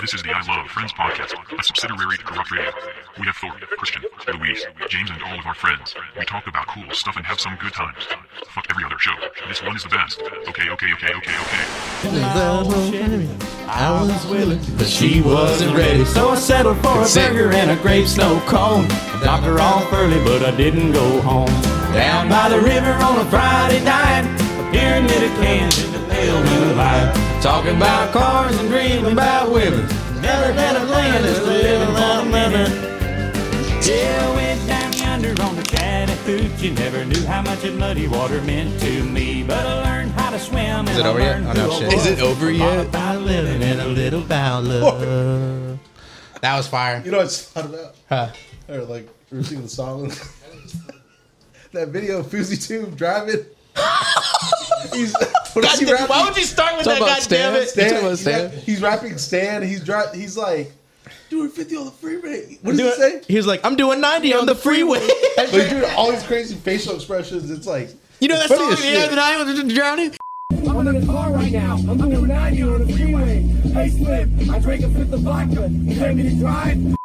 This is the I Love Friends podcast, a subsidiary of Corrupt Radio. We have Thor, Christian, Luis, James, and all of our friends. We talk about cool stuff and have some good times. Fuck every other show. This one is the best. Okay, okay, okay, okay, okay. I was willing, but she wasn't ready. So I settled for a burger and a grape snow cone. A doctor off early, but I didn't go home. Down by the river on a Friday night, a pyramid of cans in the pale moonlight. Talking about cars and dreaming about women. Never been a plan is to live on lemon. Yeah, I went down yonder on the Chattahoochee. Never knew how much that muddy water meant to me, but I learned how to swim. Is it over yet? Oh, no, shit. Is it over yet? about living and a little about love. That was fire. You know what I just thought about? Huh. Or like we were singing the song. that video of Fousey Tube driving. he's what is he rapping? you start with Talk about Stan. Stan, You talking he's, about rap- Stan? he's rapping Stan. He's dri- he's like doing 50 on the freeway. What does he say? He was like, I'm doing 90 on the freeway. But he's doing all these crazy facial expressions. It's like you know that It's funny song as the shit. other night was drowning? I'm in a car right now. I'm doing 90 on the freeway. Hey, Slim, I drank a fifth of vodka. You paid me to drive.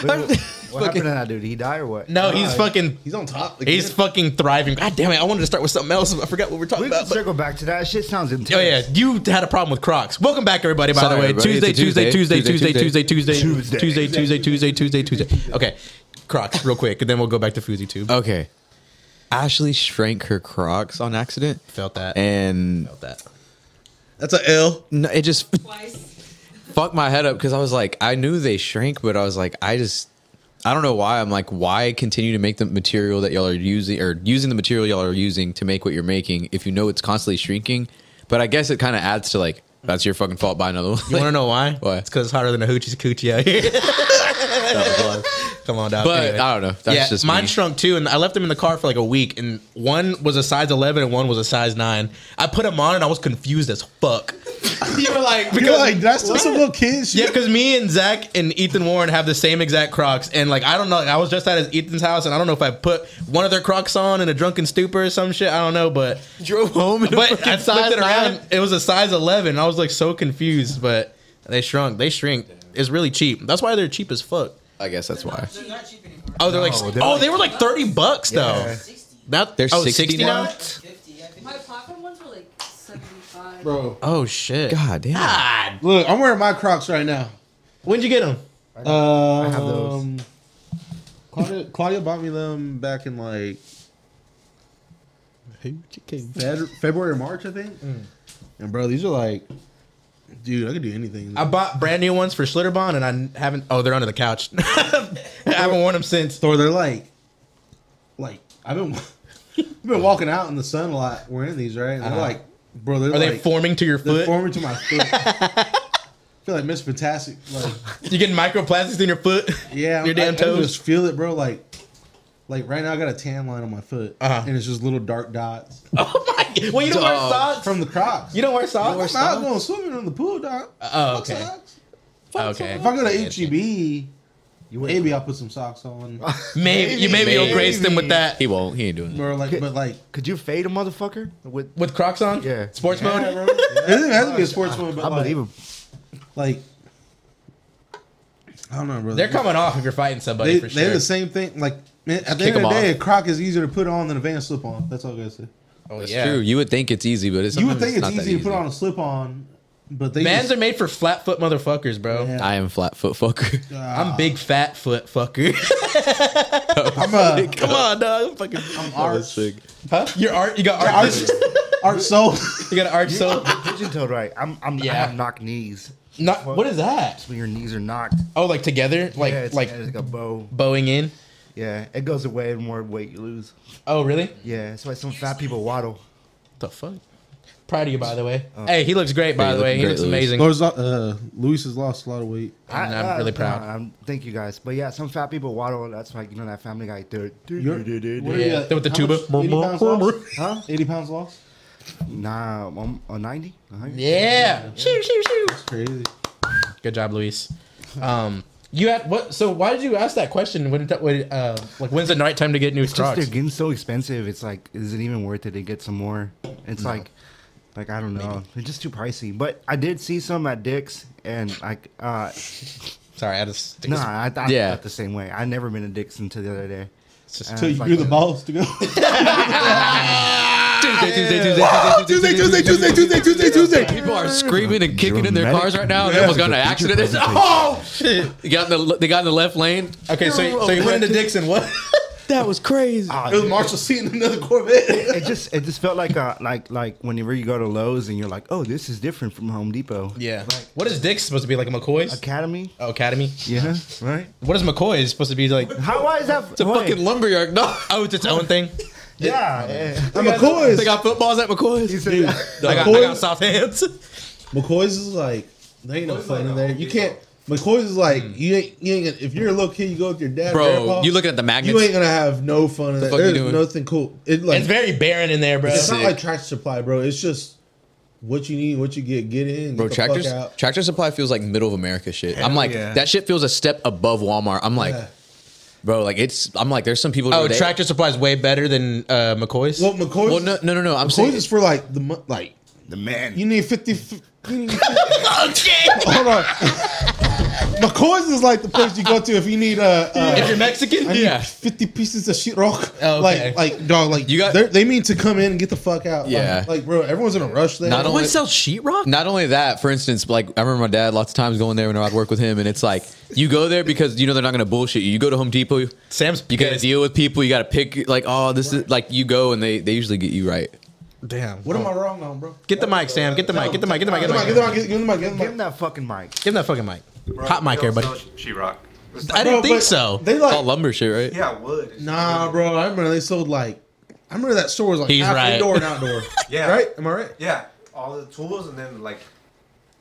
What happened to that dude? Did he die or what? No, he's fucking he's on top. Like, he's fucking thriving. God damn it, I wanted to start with something else. I forgot what we were talking We can about. but- circle back to that. Shit sounds intense. Oh yeah, you had a problem with Crocs. Welcome back, everybody. By Sorry, the way, everybody. Tuesday, It's a Tuesday, Tuesday, Tuesday, Tuesday, Tuesday, Tuesday, Tuesday, Tuesday. Tuesday, Tuesday, Tuesday, Tuesday, Tuesday. Okay, Crocs, real quick, and then we'll go back to Fousey Tube. Okay. Ashley shrank her Crocs on accident. Felt that. And About that. that's a L. no, it just fucked my head up because I was like, I knew they shrank, but I was like, I just, I don't know why. I'm like, why continue to make the material that y'all are using or using the material y'all are using to make what you're making if you know it's constantly shrinking? But I guess it kind of adds to like, that's your fucking fault. Buy another one. You want to know why? Why? It's because it's harder than a hoochie's coochie out here. Come on, dog. But, I don't know. That's yeah, just mine me. shrunk too, and I left them in the car for like a week. And one was a size eleven, and one was a size nine. I put them on, and I was confused as fuck. you were like, You're like, did I steal some little kids? yeah, because me and Zach and Ethan Warren have the same exact Crocs, and like I don't know, like, I was just at his Ethan's house, and I don't know if I put one of their Crocs on in a drunken stupor or some shit. I don't know, but drove home and but I flipped it around. It was a size 11. I was like so confused, but they shrunk. They shrink. It's really cheap. That's why they're cheap as fuck. I guess that's why. Oh, they're like they're oh, they were like 30 bucks though. Yeah. That They're oh, 60 now? My platform ones were like 75. bro. Oh shit. Ah. God damn. God. Look, I'm wearing my Crocs right now. When'd you get them? Um, have those. Claudia, Claudia bought me them back in like Feb- February or March, I think. Mm. And bro, these are like, dude, I could do anything. I bought brand new ones for Schlitterbahn, and I haven't. Oh, they're under the couch. I haven't worn them since. Thor, they're like, like I've been, I've been walking out in the sun a lot wearing these, right? And they're like, bro, they're Uh-huh. Are like, they forming to your they're foot? forming to my foot. I feel like Miss Fantastic, like you getting microplastics in your foot? yeah, your I, damn I toes. just feel it, bro. Like, like right now, I got a tan line on my foot, Uh-huh. and it's just little dark dots oh my! God. Well, you don't wear Dog. socks. from the Crocs. You don't wear socks. I'm not going swimming in the pool, dog. Oh, Fuck okay. socks. Okay. If I go to E HEB, You wait. maybe I'll put some socks on. Maybe, you maybe, you'll grace them with that. He won't. He ain't doing it. Bro, like, but like, Could you fade a motherfucker with? With Crocs on? Yeah. Sports mode? it doesn't have to be a sports one, but I like, believe him. like, I don't know, bro. They're coming off if you're fighting somebody They, for They're sure. the same thing. Like, man, at the kick end of the 'em day, off. a croc is easier to put on than a van slip on. That's all I gotta say. Oh, That's yeah. true. You would think it's easy, but it's You would sometimes think it's not that easy, to put on a slip on, but they Vans just, are made for flat foot motherfuckers, bro. Yeah. I am flat foot fucker. I'm big fat foot fucker. I'm a Come on, dog. I'm fucking. I'm art, Huh? Your art? You got art, art? art soul. you got an art so? Pigeon-toed right. I'm. I'm I Yeah. have knocked knees. Not, what is that? It's when your knees are knocked. Oh, like together? Like yeah, it's like like, it's like a bow. bowing in? Yeah, it goes away the more weight you lose. Oh, really? What Yeah, that's why some fat people waddle. the fuck? Proud of you, by the way. Hey, he looks great, by Yeah, the way. looking He great, looks Luis. amazing. Lord's, uh, Luis has lost a lot of weight. And I'm really proud. I'm, thank you guys. But yeah, some fat people waddle. That's like you know that Family Guy. Dude, You're- dude, dude, dude, what are dude. you Yeah, at? with the How tuba. much? 80 pounds lost? Huh? 80 pounds lost? Nah, I'm on ninety. Uh-huh. Yeah. Shoo, shoo, shoo. Crazy. Good job, Luis. Um, you had what? So why did you ask that question? When, when uh, like when's the right time to get new It's just Crocs? they're getting so expensive. It's like, is it even worth it to get some more? It's like, Like I don't know, they're just too pricey. But I did see some at Dick's, and like, uh, Sorry, I just nah, I, I thought Yeah. the same way. I never been to Dick's until the other day. It's just- And Till it's you like grew the a- balls to go. Tuesday, Tuesday, Tuesday, Tuesday, Tuesday, Tuesday, Tuesday, Tuesday, Tuesday. People are screaming and kicking in their cars right now. They almost got in an accident. They said, oh! They got in the, they got in the left lane. okay, so, so you went into Dixon. What? That was crazy. It was Marshall seeing another Corvette. It just it just felt like a like like whenever you go to Lowe's and you're like, oh, this is different from Home Depot. Yeah. What is Dick's supposed to be like a McCoy's? Academy. Oh, Academy. Yeah. Right. What is McCoy's supposed to be like? How why is that? It's a fucking lumberyard. No. Oh, it's its own thing. yeah. yeah. I'm a McCoy's. They got footballs at McCoy's. Dude, I got, I got soft hands. McCoy's is like there ain't no fun in there. You can't. McCoy's is like you ain't. You ain't. Gonna, if you're a little kid, you go with your dad. Bro, grandpa, you looking at the magnets? You ain't gonna have no fun in there. fuck you There's doing? nothing cool. It like It's very barren in there, bro. it's not sick. like tractor supply, bro. It's just what you need, what you get, get in, Bro, get the fuck tractors, out. tractor supply feels like middle of America shit. I'm like, yeah. that shit feels a step above Walmart. I'm like, Yeah. bro, like it's, I'm like, there's some people. Oh, where they- Tractor Supply is way better than uh, McCoy's. Well, McCoy's. Well, no, no, no, no. I'm McCoy's saying, is for like the mon- like The man. you need fifty. f- you need 50 Hold on. McCoy's is like the place you go to if you need uh, uh if you're Mexican, I need Yeah. 50 pieces of sheetrock. Oh, okay. Like, like, dog, like, You you got- got, they mean to come in and get the fuck out. Like- Yeah. Like, bro, everyone's in a rush there. Not only- sells sheetrock? not only that, for instance, like I remember my dad lots of times going there when I'd work with him, and it's like you go there because you know they're not going to bullshit you. You go to Home Depot, you Sam's. got to pissed. deal with people. You got to pick like, oh, this is like you go, and they they usually get you right. Damn. what am I wrong on, bro? Get the mic, Sam. Get the mic. Get the mic. Get the mic. Get Give the him mic. the mic, give him the mic, give him the Give him mic. that fucking mic. Give him that fucking mic. Hot mic, everybody. She rock. I Bro, didn't think but so. They It's all like, lumber shit, right? Yeah, wood. nah, bro, I remember they sold like, I remember that store was like He's half right. indoor and outdoor. Yeah. Right? Am I right? Yeah, all the tools and then like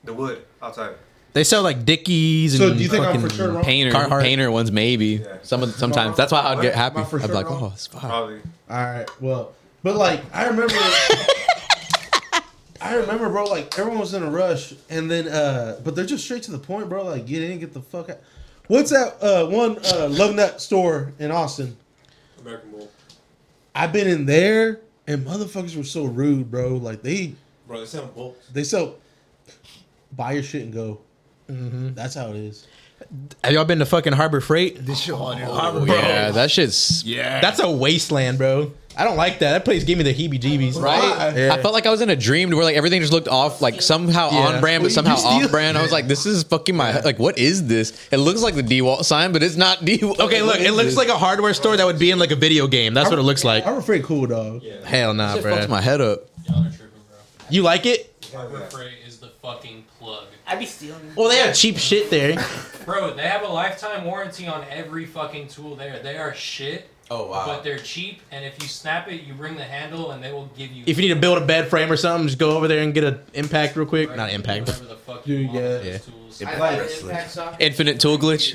the wood outside. They sell like Dickies and So do you think I'm fucking for sure wrong? Painter, Carhartt. painter ones maybe. Some of sometimes that's why I'd get happy. Am I for I'd be sure like, wrong? oh, it's fine. Probably. All right, well, but like, I remember. I remember, bro. Like everyone was in a rush, and then, uh but they're just straight to the point, bro. Like get in, get the fuck out. What's that uh one uh, Love Nut store in Austin? American Bull. I've been in there, and motherfuckers were so rude, bro. Like they Bro, they sound bull. they sell buy your shit and go. That's how it is. Have y'all been to fucking Harbor Freight? Oh, yeah, that shit's That's a wasteland, bro. I don't like that. That place gave me the heebie-jeebies. right? Yeah. I felt like I was in a dream where like everything just looked off, like somehow on brand, but Wait, somehow you steal- off brand. I was like, this is fucking my like, what is this? It looks like the DeWalt sign, but it's not DeWalt. Okay, look, it looks like a hardware store that would be in like a video game. That's what it looks like. I'm afraid, cool dog. Hell nah, it fucks bro. my head up. Y'all are tripping, bro. You like it? Harbor Freight is the fucking plug. I'd be stealing it. Well, they have cheap shit there. Bro, they have a lifetime warranty on every fucking tool there. They are shit. Oh, wow. But they're cheap, and if you snap it, you bring the handle, and they will give you. If you need to build a bed frame or something, just go over there and get an impact real quick. Not impact Whatever the fuck Dude, you want with yeah. those tools. I like impact soccer. Infinite tool glitch.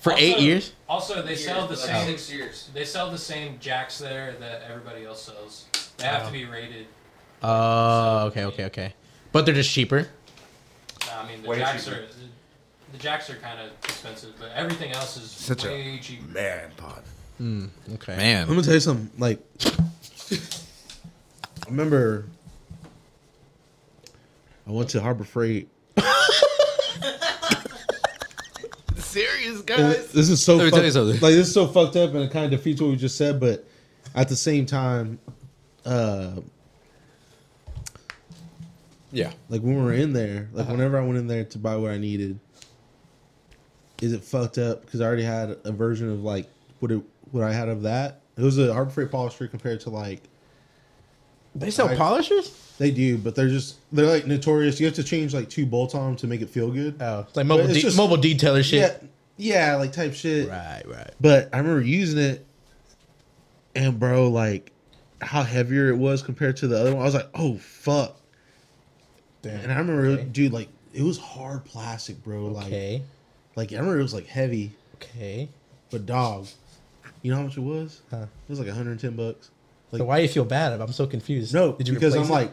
for Also- eight years. Also, they sell the same. years. They sell the same jacks there that everybody else sells. They have to be rated. Oh, okay, okay, okay. But they're just cheaper. Nah, I mean, the Way jacks cheaper. are the, the jacks are kind of expensive, but everything else is Such a- way cheaper. Man, pod. Okay. I'm Man, gonna tell you something. Like, I remember I went to Harbor Freight. Serious This this is so Let me fuck- tell you something. like this is so fucked up, and it kind of defeats what we just said. But at the same time, uh, yeah. Uh-huh. like when we were in there, like whenever I went in there to buy what I needed, is it fucked up? Because I already had a version of like what it what I had of that. It was a Harbor Freight polisher compared to like They sell polishers? They do, but they're just they're like notorious. You have to change like two bolts on them to make it feel good. Oh, it's like mobile, But it's de- just- mobile detailer yeah, shit. yeah, like type shit. Right, right. But I remember using it, and bro, like how heavier it was compared to the other one. I was like, oh fuck. And I remember, dude, like it was hard plastic, bro. Okay. Like, like I remember it was like heavy, Okay. but dog, you know how much it was? It was like 110 bucks. Like So why do you feel bad? I'm so confused. No, Did you because I'm replace it? like,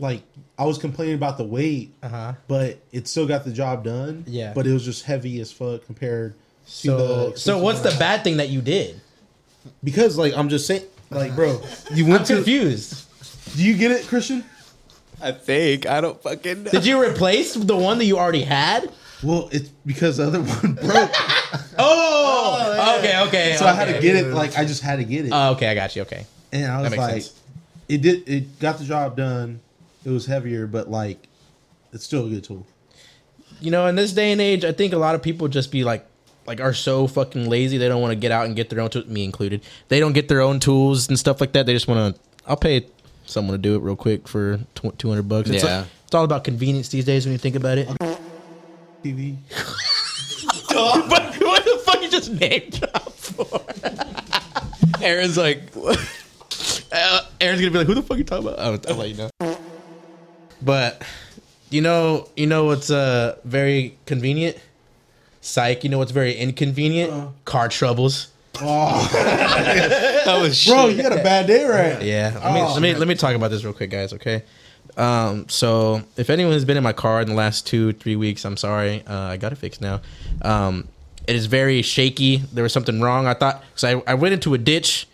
like I was complaining about the weight, Uh-huh. but it still got the job done. Yeah. but it was just heavy as fuck compared to so, the. so what's the bad thing that you did? Because like I'm just saying, like bro, you went I'm to. confused. Do you get it, Christian? I think I don't fucking know. Did you replace the one that you already had? Well, it's because the other one broke, Oh, okay, okay. so I had to okay. get it. Like I just had to get it, Oh, okay, I got you. Okay, and I was makes like, sense. it did. It got the job done. It was heavier, but like, it's still a good tool. you know, in this day and age, I think a lot of people just be like, like are so fucking lazy. They don't want to get out and get their own tools, me included. They don't get their own tools and stuff like that. They just want to. I'll pay someone to do it real quick for two hundred bucks. It's Yeah. like- it's all about convenience these days when you think about it. TV. but what the fuck you just name drop for? Aaron's like, uh, Aaron's gonna be like, who the fuck you talking about? I'll, I'll let you know. But you know, you know what's uh very convenient? Psych. You know what's very inconvenient? Car troubles. That was Bro, you got a bad day, right? Yeah. Let me, let me let me talk about this real quick, guys. Okay. Um, so if anyone has been in my car in the last two three weeks, I'm sorry. Uh, I got it fixed now. Um, it is very shaky. There was something wrong. I thought so. I, I went into a ditch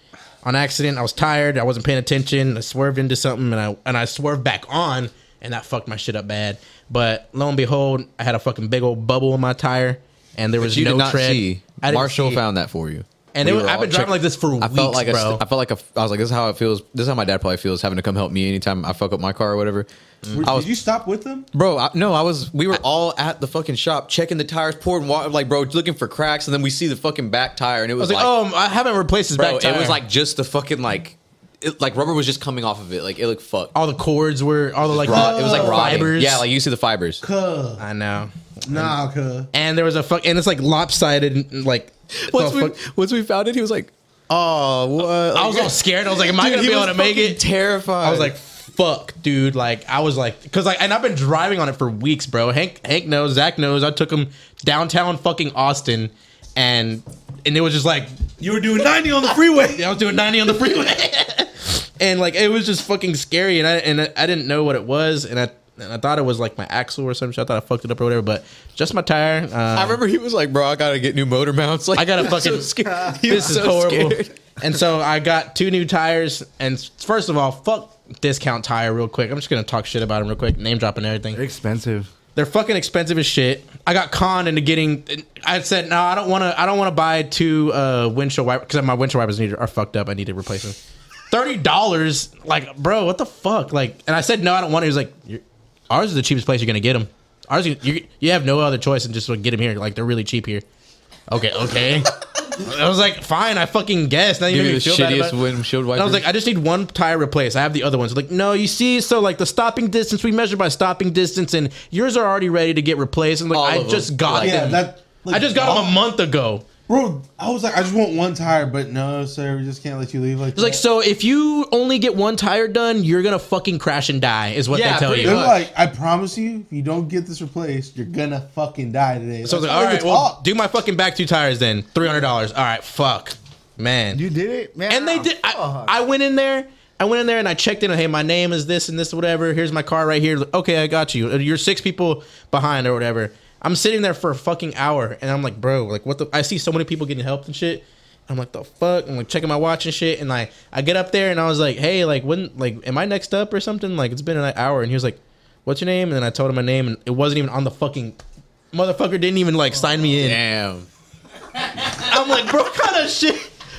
on accident. I was tired. I wasn't paying attention. I swerved into something and I and I swerved back on and that fucked my shit up bad. But lo and behold, I had a fucking big old bubble in my tire and there was you no did not tread. see. I didn't Marshall see. found that for you. And it We was- were I've been all driving check- like this for I felt weeks, like a bro. st- I felt like a. f- I was like, this is how it feels. This is how my dad probably feels having to come help me anytime I fuck up my car or whatever. Mm. Were- I was did you stop with them? Bro, I, no, I was. We were all at the fucking shop checking the tires, pouring water, like bro, looking for cracks, and then we see the fucking back tire, and I it was was, like, like, oh, I haven't replaced this bro, back tire. it was like just the fucking like, it, like rubber was just coming off of it, like it looked fucked. all the cords were all the like Rot- it was like rotting. Oh, fibers. Yeah, like you see the fibers. Cuh. I know. Nah, cuh. And there was a fuck, and it's like lopsided, and like Once the we, fuck- once we found it, he was like, oh, what? I was all scared. I was like, am I Dude, gonna he be able was to make fucking it? Terrified. I was like, fuck, dude. Like I was like, cause like, and I've been driving on it for weeks, bro. Hank, Hank knows, Zach knows. I took him downtown fucking Austin, and and it was just like You were doing 90 on the freeway. I was doing 90 on the freeway. and like it was just fucking scary and I and I I didn't know what it was and I and I thought it was like my axle or some shit. I thought I fucked it up or whatever, but just my tire. Um, I remember he was like, bro, I gotta get new motor mounts. Like, I got a fucking. so scared. He this was is so horrible. scared. And so I got two new tires. And first of all, fuck discount tire real quick. I'm just gonna talk shit about them real quick, name dropping everything. They're expensive. They're fucking expensive as shit. I got conned into getting. I said no, I don't want to. I don't want to buy two uh, windshield wipers because my windshield wipers need are fucked up. I need to replace them. Thirty dollars, like bro, what the fuck? Like, and I said no, I don't want it. He was like, "You're- ours is the cheapest place you're gonna get them. Ours, you- you you have no other choice than just to get them here. Like they're really cheap here. Okay, okay. I was like, fine, I fucking guess. Now you Give make me me the feel bad about shittiest it. windshield And wipers. I was like, I just need one tire replaced. I have the other ones. Like, no, you see, so like the stopping distance we measure by stopping distance, and yours are already ready to get replaced. And like, All I of just them. got Like- Yeah, them. that. Oh. I just got them a month ago. Bro, I was like, I just want one tire, but no, sir, we just can't let you leave like It's like, so if you only get one tire done, you're gonna fucking crash and die. Is what Yeah, they tell pretty you. They're much. like, I promise you, if you don't get this replaced, you're gonna fucking die today. So I was That's like, all all right, the well, talk. do my fucking back two tires then. Three hundred dollars. All right, fuck, man. You did it, man. and they did. I, I went in there. I went in there and I checked in. Hey, my name is this and this, whatever. Here's my car right here. Okay, I got you. You're six people behind or whatever. I'm sitting there for a fucking hour and I'm like, bro, like what the? I see so many people getting help and shit. I'm like, the fuck? I'm like checking my watch and shit. And like, I get up there and I was like, hey, like when, like, am I next up or something? Like, it's been an hour. And he was like, what's your name? And then I told him my name and it wasn't even on the fucking. Motherfucker didn't even like sign me in. damn. I'm like, bro, what kind of shit?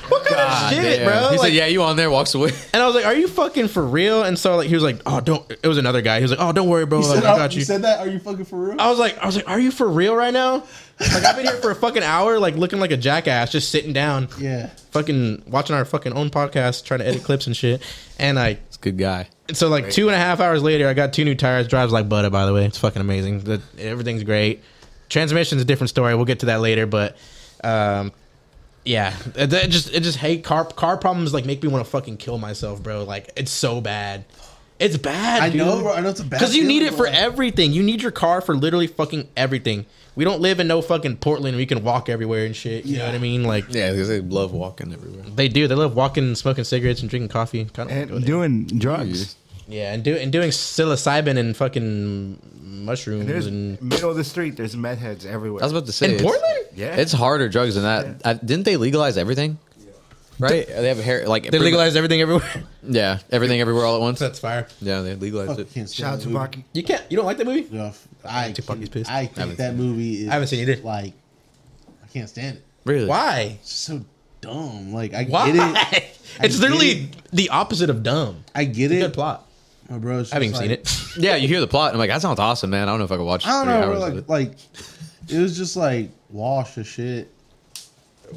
What kind God of shit, Ah, damn. bro? He Like- said, yeah, you on there, walks away. and I was like, "Are you fucking for real?" And so like he was like, "Oh, don't." It was another guy. He was like, "Oh, don't worry, bro. You Like, said, I I- got you you." Oh. said that? Are you fucking for real? I was like, "I was like, are you for real right now?" Like I've been here for a fucking hour, like looking like a jackass, just sitting down, yeah. fucking watching our fucking own podcast, trying to edit clips and shit. And I, It's a good guy. and so like two and a half hours later, I got two new tires. Drives like butter, by the way. It's fucking amazing. The, everything's great. Transmission's a different story. We'll get to that later, but. um yeah, it, it just it just hate car car problems like make me want to fucking kill myself, bro. Like it's so bad, it's bad. I dude. know, bro. I know it's a bad Because you need feeling, it for bro. everything. You need your car for literally fucking everything. We don't live in no fucking Portland. where you can walk everywhere and shit. You know Yeah. what I mean? Like Yeah, because they love walking everywhere. they do. They love walking, smoking cigarettes, and drinking coffee. Kind of And doing drugs. yeah, and do and doing psilocybin and fucking mushrooms There's and middle of the street. There's meth heads everywhere. I was about to say in it's- Portland. yeah, It's harder drugs than that. I, didn't they legalize everything? right? They have hair like They pretty much- legalized everything everywhere. Yeah, everything everywhere all at once. That's fire. Yeah, they legalized it. Fucking Shout out to movie. Baki. You can't. You don't like that movie? Yeah, f- I, Tupac is can't- pissed. I I think that movie is. I haven't seen it either. Like, I can't stand it. Really? Why? It's so dumb. Like, I Why? get it. it's get literally it. the opposite of dumb. I get it. Good plot. My bro, it's I haven't just even like- seen it. Yeah, you hear the plot. And I'm like, that sounds awesome, man. I don't know if I could watch. I don't three know. hours bro, of like, it. like, it was just like wash of shit.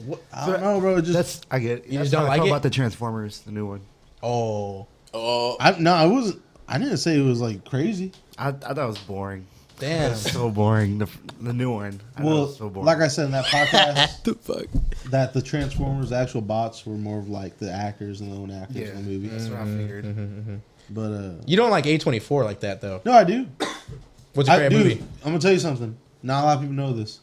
What? I don't know, bro. it Just That's I get. It. You just don't like it? about the Transformers, the new one. Oh I no, I wasn't. I didn't say it was like crazy. I, I thought it was boring. damn! So boring. The, the new one. I thought it Well, was so boring. like I said in that podcast, the fuck. that the Transformers, the actual bots, were more of like the actors and the own actors yeah, in the movie. That's what I Mm-hmm. figured. But uh, You don't like A twenty four like that though. no, I do. What's your favorite I do. movie? I'm gonna tell you something. Not a lot of people know this.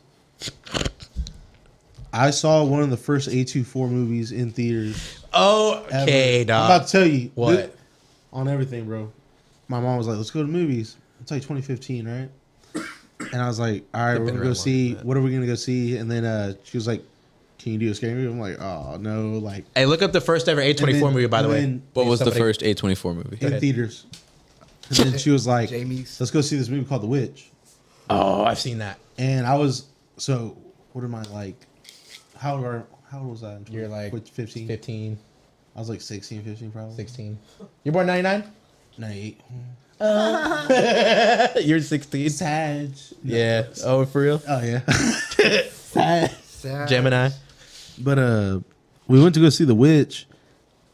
I saw one of the first A24 movies in theaters. Oh, ever. okay, I'm about dog. to tell you What? thi- on everything, bro. My mom was like, "Let's go to movies." It's like 2015, right? And I was like, "All right, we're been around gonna go longer see. than that. What are we gonna go see?" And then uh, she was like, "Can you do a scary movie?" I'm like, "Oh no!" Like Hey, look up the first ever A twenty four And then- movie. By the and way, then- What was Somebody- the first A24 movie? in theaters. And then she was like, Jamie's. "Let's go see this movie called The Witch." Oh, I've seen that. And I was so what am I like? How old are, how old was I? In 20 You're like what, 15? 15, I was like 16, 15 probably. 16. You're born ninety nine. 98. Uh. You're sixteen. Sag. Yeah. Oh, for real? Oh yeah. Sag. Sad. Gemini. But uh we went to go see The Witch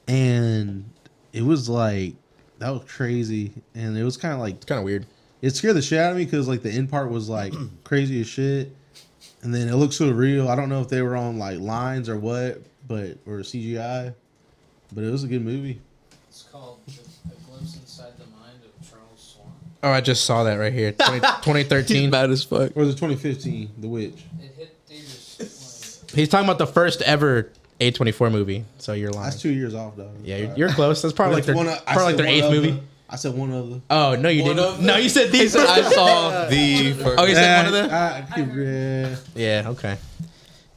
and it was like that was crazy and it was kind of like It's kind of weird. it scared the shit out of me because like the end part was like crazy as shit, and then it looked so real. I don't know if they were on like lines or what, but or CGI, but it was a good movie. It's called A Glimpse Inside the Mind of Charles Swan. Oh, I just saw that right here. 20, 2013. Mad as fuck. Or was it 2015, The Witch? It hit theaters. He's talking about the first ever A24 movie. So you're lying. That's two years off though. Yeah, you're, you're close. That's probably like That's their, one of- I probably like said their one eighth of movie. the- I said one of the. Oh no, you of didn't. the- No, you said these. I saw the first. Oh, you said one of Eh, the. I- I keep- yeah. Yeah. Okay.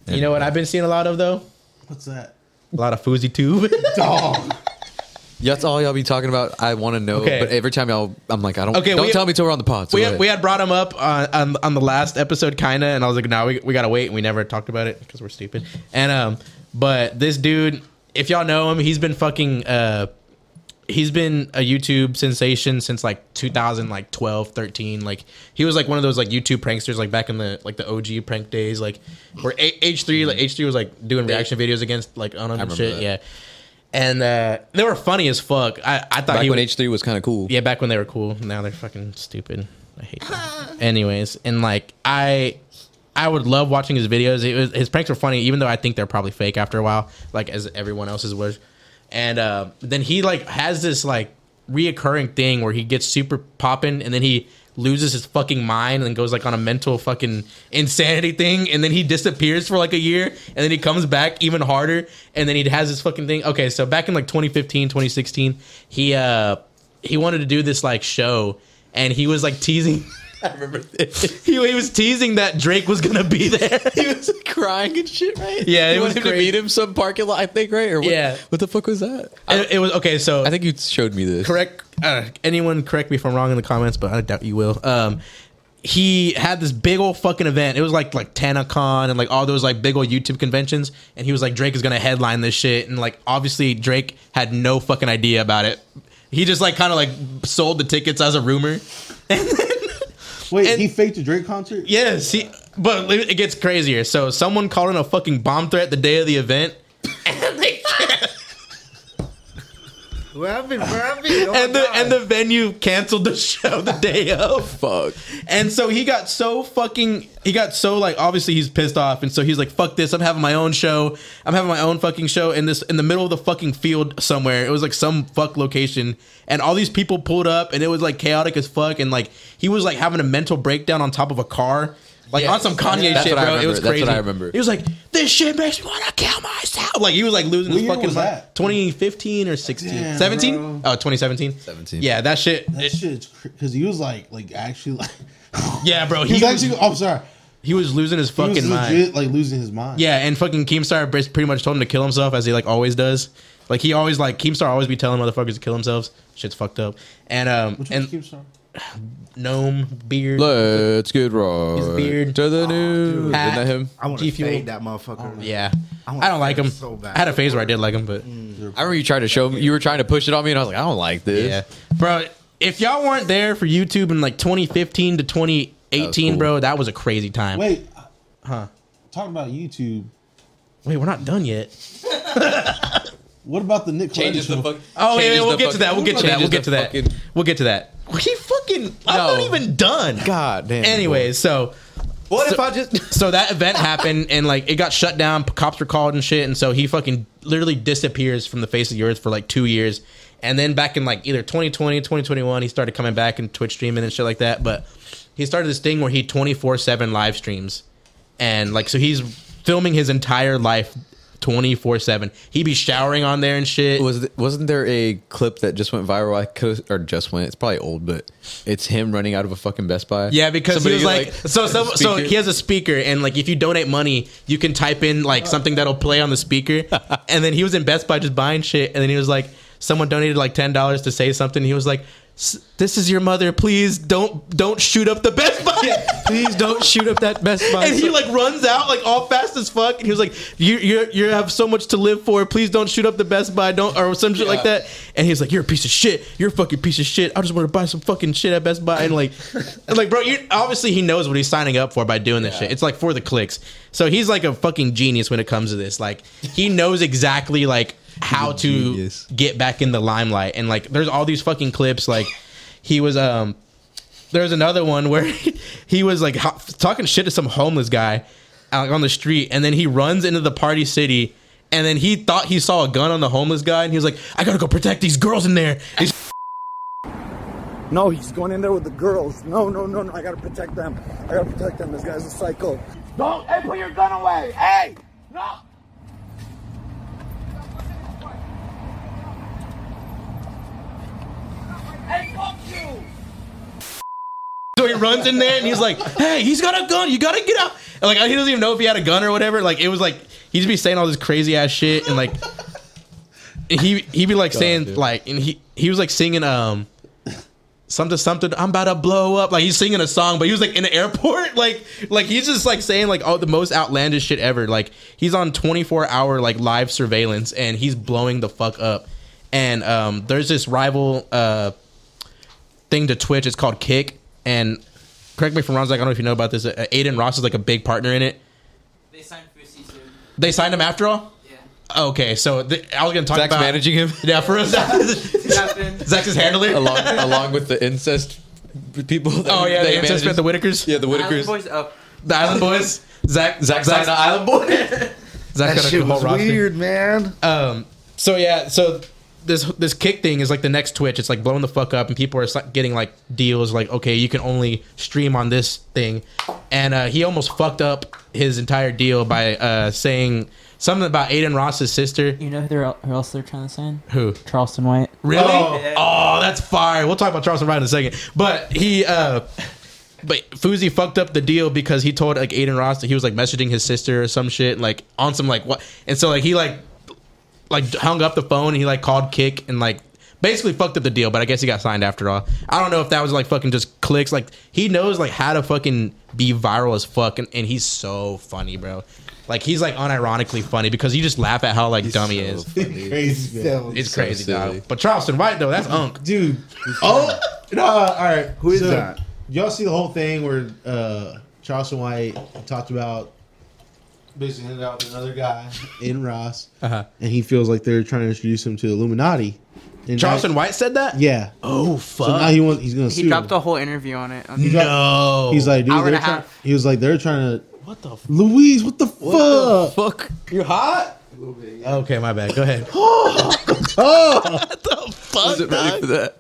You know what I've been seeing a lot of though? What's that? A lot of Foozy Tube. Dog. That's all y'all be talking about. I want to know. Okay. But every time y'all, I'm like, I don't. Okay, don't we- tell me till we're on the pod. So we go had, ahead. we had brought him up on, on on the last episode, kinda, and I was like, no, we, we gotta wait, and we never talked about it because we're stupid. And um, but this dude, if y'all know him, he's been fucking uh, he's been a YouTube sensation since like 2000, like 12, 13. Like he was like one of those like YouTube pranksters, like back in the like the OG prank days, like where H three, like H three was like doing reaction videos against like on and remember shit, that. yeah. And uh, they were funny as fuck. I, I thought back he when would- H3 was kind of cool. yeah, back when they were cool. Now they're fucking stupid. I hate them. Anyways, and like I I would love watching his videos. It was, his pranks were funny, even though I think they're probably fake after a while, like as everyone else's was. And uh, then he like has this like reoccurring thing where he gets super poppin' and then he loses his fucking mind and goes like on a mental fucking insanity thing and then he disappears for like a year and then he comes back even harder and then he has this fucking thing okay so back in like 2015 2016 he uh he wanted to do this like show and he was like teasing I remember this. He, he was teasing that Drake was gonna be there. he was crying and shit, right? Yeah, it you was wanted him to crazy. meet him some parking lot, I think, right? Or what, Yeah. what the fuck was that? I, it, it was okay. So I think you showed me this. correct uh, anyone correct me if I'm wrong in the comments, but I doubt you will. Um, he had this big old fucking event. It was like like TanaCon and like all those like big old YouTube conventions, and he was like Drake is gonna headline this shit, and like obviously Drake had no fucking idea about it. He just like kind of like sold the tickets as a rumor. Wait, And- he faked a Drake concert. Yes, he, but li- it gets crazier. So someone called in a fucking bomb threat the day of the event, and, they, What happened, bro? I mean, oh my and the God. and the venue canceled the show the day of. Fuck. And so he got so fucking he got so like obviously he's pissed off and so he's like fuck this I'm having my own show I'm having my own fucking show in this in the middle of the fucking field somewhere it was like some fuck location and all these people pulled up and it was like chaotic as fuck and like he was like having a mental breakdown on top of a car like Yeah, on some Kanye that's shit what I bro it remember. was That's crazy what I remember. he was like this shit makes me want to kill myself like he was like losing What his year fucking was mind that? 2015 or 16 Damn, 17 bro. oh 2017 17. yeah that shit That shit's because he was like like actually like yeah bro he was actually. I'm sorry. He was losing his fucking he was mind. legit, like losing his mind. Yeah, and fucking Keemstar bas- pretty much told him to kill himself as he like always does. Like he always like Keemstar always be telling motherfuckers to kill themselves. Shit's fucked up. And um Which and and keeps on. gnome beard. Let's get right His beard. Oh, to the news. Isn't Hat. that him? I want G to Fuel. fade that motherfucker. Yeah. I I don't like him. so bad. I had a phase where I did like him, but I remember you tried to show me. You were trying to push it on me, and I was like, I don't like this. yeah. Bro, if y'all weren't there for YouTube in like 2015 to 2018, That was cool. bro, that was a crazy time. Wait, Wait, huh? Talking about YouTube. we're not done yet. What about the Nick Changes the Colletti show? fuck. Oh, yeah, changes yeah, we'll the get fuck- to that. We'll get to that. We'll changes get to the that. fucking- We'll get to that. He fucking. I'm not No. even done. God damn. Anyway, so what so- if I just? so that event happened and like it got shut down cops were called and shit and so he fucking literally disappears from the face of the earth for like two years and then back in like either 2020 2021 he started coming back and twitch streaming and shit like that but he started this thing where he 24-7 live streams and like so he's filming his entire life 24-7 he be showering on there and shit Was th- wasn't there a clip that just went viral? I could, or just went. It's probably old, but it's him running out of a fucking Best Buy. Yeah, because Somebody, he was like, so so so speaker. he has a speaker, and like if you donate money, you can type in like something that'll play on the speaker. and then he was in Best Buy just buying shit, and then he was like, someone donated like ten dollars to say something. He was like, "S- this is your mother, please don't don't shoot up the Best Buy. please don't shoot up that Best Buy. And he like runs out like all fast as fuck, and he was like, "You you you have so much to live for. Please don't shoot up the Best Buy, don't or some shit like that." And he's like, "You're a piece of shit. You're a fucking piece of shit. I just want to buy some fucking shit at Best Buy." And like, and, like bro, you obviously he knows what he's signing up for by doing this shit. It's like for the clicks. So he's like a fucking genius when it comes to this. Like he knows exactly like how to genius. get back in the limelight. And like, there's all these fucking clips like. He was um there's another one where he was like ho- talking shit to some homeless guy out on the street, and then he runs into the party city, and then he thought he saw a gun on the homeless guy, and he was like, "I gotta go protect these girls in there." These No, he's going in there with the girls. No, no, no, no. I gotta protect them. I gotta protect them. This guy's a psycho. Don't, hey, put your gun away. Hey! No! Hey, fuck you! So he runs in there and he's like, "Hey, he's got a gun. You gotta get out!" And like he doesn't even know if he had a gun or whatever. Like it was like he just be saying all this crazy ass shit and like he he be like saying dude. like and he he was like singing um something something I'm about to blow up like he's singing a song but he was like in the airport like like he's just like saying like oh the most outlandish shit ever like he's on 24 hour like live surveillance and he's blowing the fuck up and um there's this rival uh thing to Twitch. It's called Kick. And correct me if I'm wrong, Zach. I don't know if you know about this. Uh, Aiden Ross is like a big partner in it. They signed for a season. They signed him after all. Yeah. Okay, so th- I was gonna talk Zach's about managing him Yeah, for us, Happened. Zach's his handler. along along with the incest people. That oh yeah, that they he manages. anticipated the Whitakers. Yeah, the Island Whitakers. boys up. the Island Boys. Zach, Zach, Zach Zach, Zion, the Island Boy. Zach That got a shit whole was roster. weird, man. Um. So yeah. So this this kick thing is like the next Twitch. It's like blowing the fuck up, and people are like, getting like deals. Like, okay, you can only stream on this thing, and uh, he almost fucked up his entire deal by uh, saying something about Aiden Ross's sister. You know who, they're, who else they're trying to sign? Who? Charleston White. Really? Oh, Yeah. that's fire. We'll talk about Charleston Ryan in a second. But he, uh, but Fousey fucked up the deal because he told like Aiden Ross that he was like messaging his sister or some shit, like on some like what, and so like he like like hung up the phone and he like called Kick and like basically fucked up the deal. But I guess he got signed after all. I don't know if that was like fucking just clicks. Like he knows like how to fucking be viral as fuck, and, and he's so funny, bro. Like he's like unironically funny because you just laugh at how like dumb he so is. Crazy. man. It's crazy, silly. dog. But Charleston White though, that's unk. dude. oh, no! All right, who is that? Y'all see the whole thing where uh, Charleston White talked about basically hanging out with another guy in Ross, Uh-huh. and he feels like they're trying to introduce him to Illuminati. And Charleston now- White said that? yeah. Oh So now fuck. he wants. He's gonna. He sue dropped him. a whole interview on it. He dropped- no. He's like, dude, Hour and they're a trying, half. he was like, they're trying to. what the f- Louise, what the fuck? Fuck. You're hot. Okay, my bad. Go ahead. Wasn't ready for that.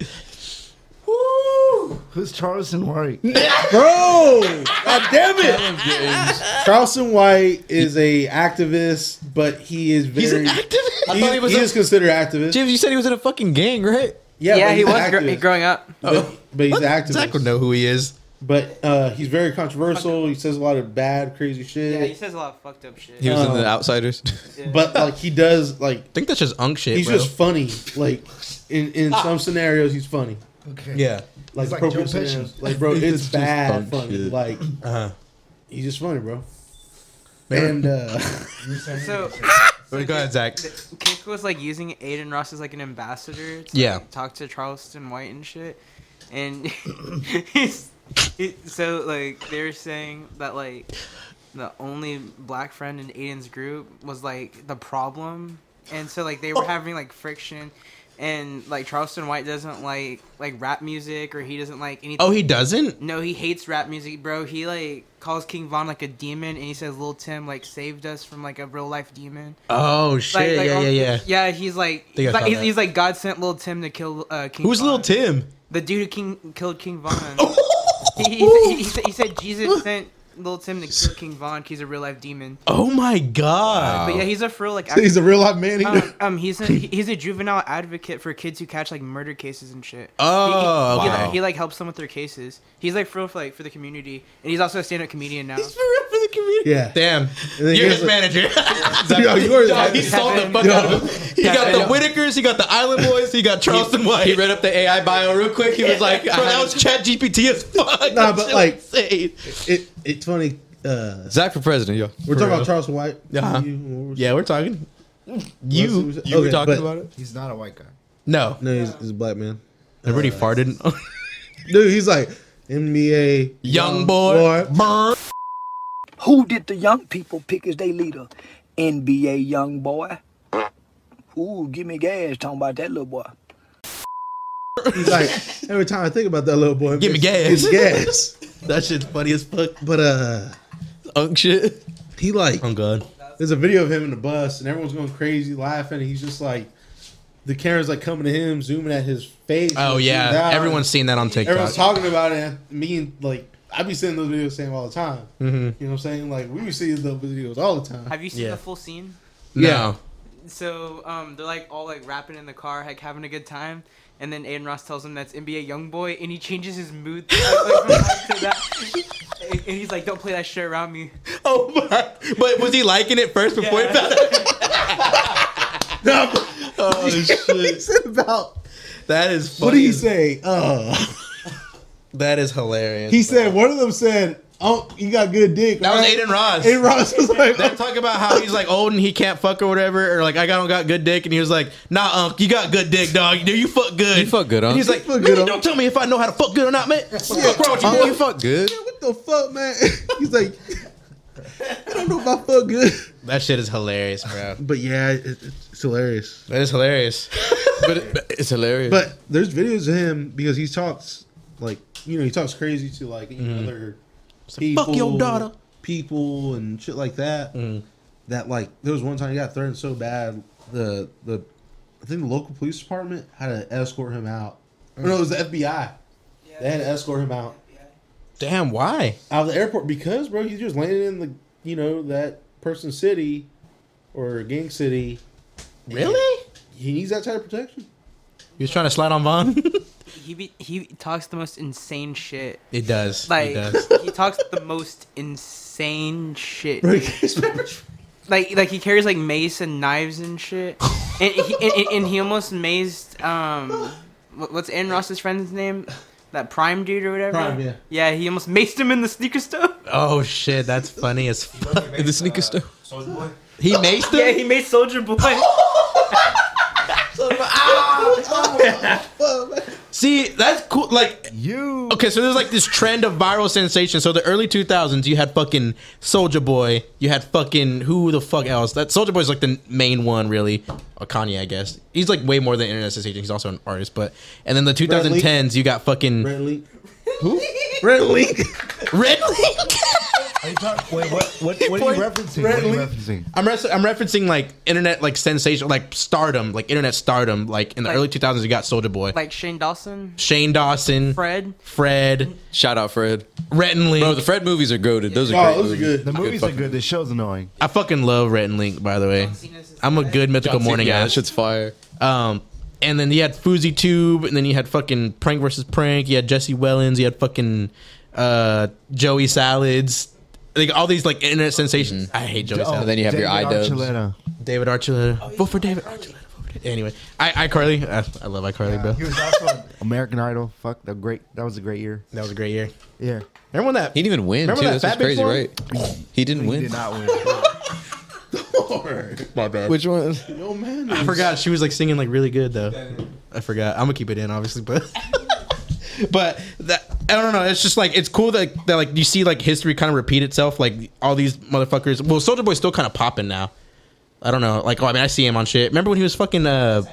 Who's Charleston White? bro. God damn it. Charleston White is a activist, but he is very. He's an activist. He, thought he was he a- is considered activist. James, you said he was in a fucking gang, right? yeah, yeah, but he oh. he's an was gr- activist. growing up. but, but he's an activist. Zach would know who he is. But uh, he's very controversial. He says a lot of bad, crazy shit. Um, Yeah, he says a lot of fucked up shit. He was in The Outsiders. but like he does, like I think that's just unk shit. He's bro. just funny. Like in in some scenarios, he's funny. Okay. Yeah. like He's like appropriate Joe Pesci. scenarios. Like bro, it's, It's just bad unk funny. shit. Like Uh-huh. he's just funny, bro. Remember- And uh, So, Go ahead, Zach. Kick was like using Aiden Ross as like an ambassador to Yeah. like, talk to Charleston White and shit. And he's, he, so like they were saying that like the only black friend in Aiden's group was like the problem. And so like they were having like friction and like Charleston White doesn't like like rap music or he doesn't like anything. Oh, he doesn't? No, he hates rap music, bro. He like calls King Von like a demon, and he says Lil Tim like saved us from like a real life demon. Oh, shit. Yeah, on- yeah, yeah. Yeah, he's like Think I he's like, saw he's, that. he's like God sent Lil Tim to kill uh, King. Who's Von. Lil Tim? The dude who King, killed King Von. Oh. he, he, he, he, said, he said Jesus sent Lil Tim to kill King Von. 'cause He's a real life demon. Oh my god. Uh, But yeah, he's a for real like. So he's a real life man Um, eater? um, he's a he's a juvenile advocate for kids who catch like murder cases and shit. Oh, he, he, okay. he, like helps them with their cases. He's like for real for, like for the community, and he's also a stand-up comedian now. He's for real for the community. Yeah. Damn. You're his manager. Yo, you are- Dog, he sold the fuck out of him. He got the Whitakers, he got the Island Boys, he got Charleston White. He read up the AI bio real quick. He was like, bro, that was Chat GPT as fuck. nah, That but shit like was insane. it it's funny. Uh, Zach for president, yo. we're For talking real. about Charleston White. Uh-huh. Yeah, we're talking. You, you were talking about it? He's not a white guy. No. No, he's, he's a black man. Everybody farted. Dude, he's like NBA Young boy. Burn. Who did the young people pick as their leader? NBA young boy. Ooh, give me gas talking about that little boy. He's like every time I think about that little boy, Give me it's- gas. it's gas. that shit's funny as fuck. But uh, unk shit. He like, I'm good. There's a video of him in the bus, and everyone's going crazy laughing. And he's just like, the camera's like coming to him, zooming at his face. Oh, and yeah. zoomed out. Everyone's seen that on TikTok. Everyone's talking about it. and Me and like, I be seeing those videos same all the time. Mhm. You know what I'm saying? Like, we be seeing those videos all the time. Have you seen the full scene? No. So um, they're like all like rapping in the car, like having a good time, and then Aiden Ross tells him that's NBA Youngboy, and he changes his mood like, from that to that. And and he's like, "Don't play that shit around me." Oh my! But was he liking it first before he found out? oh shit! about that is. What did he fucking- say? Uh, That is hilarious. he said one of them said, "Oh, you got good dick." That was right?" Aiden Ross. Aiden Ross was like, They talk about how he's like old and he can't fuck or whatever, or like I don't got good dick, and he was like, "Nah, unk, you got good dick, dog. You you fuck good. You fuck good, And he's unk. like, "Man, don't tell me if I know how to fuck good or not, man. What the fuck wrong with you, Unk, boy? you Oh, fuck good. "Oh, "What the fuck, man?" he's like, "I don't know if I fuck good." That shit is hilarious, bro. But yeah, it, it's- it's hilarious. That is hilarious. but, but it's hilarious. But there's videos of him because he talks like you know he talks crazy to like you know, Mhm. other like, "Fuck your daughter." Mm-hmm. people and shit like that. That like there was one time he got threatened so bad the the I think the local police department had to escort him out. Or no, it was the FBI. they had to escort him out Damn, why? out of the airport because bro, he just landed in the you know that person's city or gang city. Really? He needs that type of protection. He was trying to slide on Vaughn. He be, he talks the most insane shit. He does. Like he does. he talks the most insane shit. Bro, he like like he carries like mace and knives and shit, and he and, and- and he almost mazed um what- what's Aaron Ross's friend's name. That prime dude or whatever. Prime, yeah. Yeah, he almost maced him in the sneaker store. Oh shit, that's funny as fuck. the uh, sneaker stuff. Soldier Boy. He maced him. Yeah, he made Soldier Boy. See, that's cool. Like you. Okay, so there's like this trend of viral sensation. So the early 2000s, you had fucking Soldier Boy. You had fucking who the fuck else? That Soldier Boy's like the main one, really. Or Kanye, I guess. He's like way more than internet sensation. He's also an artist, but and then the 2010s, you got fucking Red Link. Who? Red Link. Red Link. Are you talking? Wait, what? What, what are you referencing? What are you referencing? I'm, res- I'm referencing like internet like sensation like stardom like internet stardom like in the Like- early 2000s you got Soldier Boy like Shane Dawson, Shane Dawson Fred. Fred shout out Fred Rhett and Link Bro, the Fred movies are goaded. Those are Oh, great those are movies. good. The movies are fucking- good. The show's annoying. I fucking love Rhett and Link, by the way. I'm a good mythical John Cena, morning yeah, guy. that shit's fire. Um, and then you had Foozy Tube, and then you had fucking Prank versus Prank. You had Jesse Wellens. You had fucking uh, Joey Salads, like all these like internet sensations. I hate Joey Oh, Salads. And then Oh, you have your David iDubbbz. Archuleta. David Archuleta. Vote for David Archuleta. Vote for Da- Anyway, I iCarly. I, I love iCarly, bro. He was also on American Idol. Fuck, that great. That was a great year. That was a great year. Yeah. Remember when that? He didn't even win. Remember too. that This was fat bitch crazy, one? right? He didn't win. did not win. My bad. Which one? No man. I forgot she was like singing like really good though. I forgot. I'm gonna keep it in, obviously, but but that I don't know. It's just like it's cool that that like you see like history kind of repeat itself. Like all these motherfuckers. Well, Soldier Boy's still kind of popping now. I don't know. Like oh, I mean, I see him on shit. Remember when he was fucking uh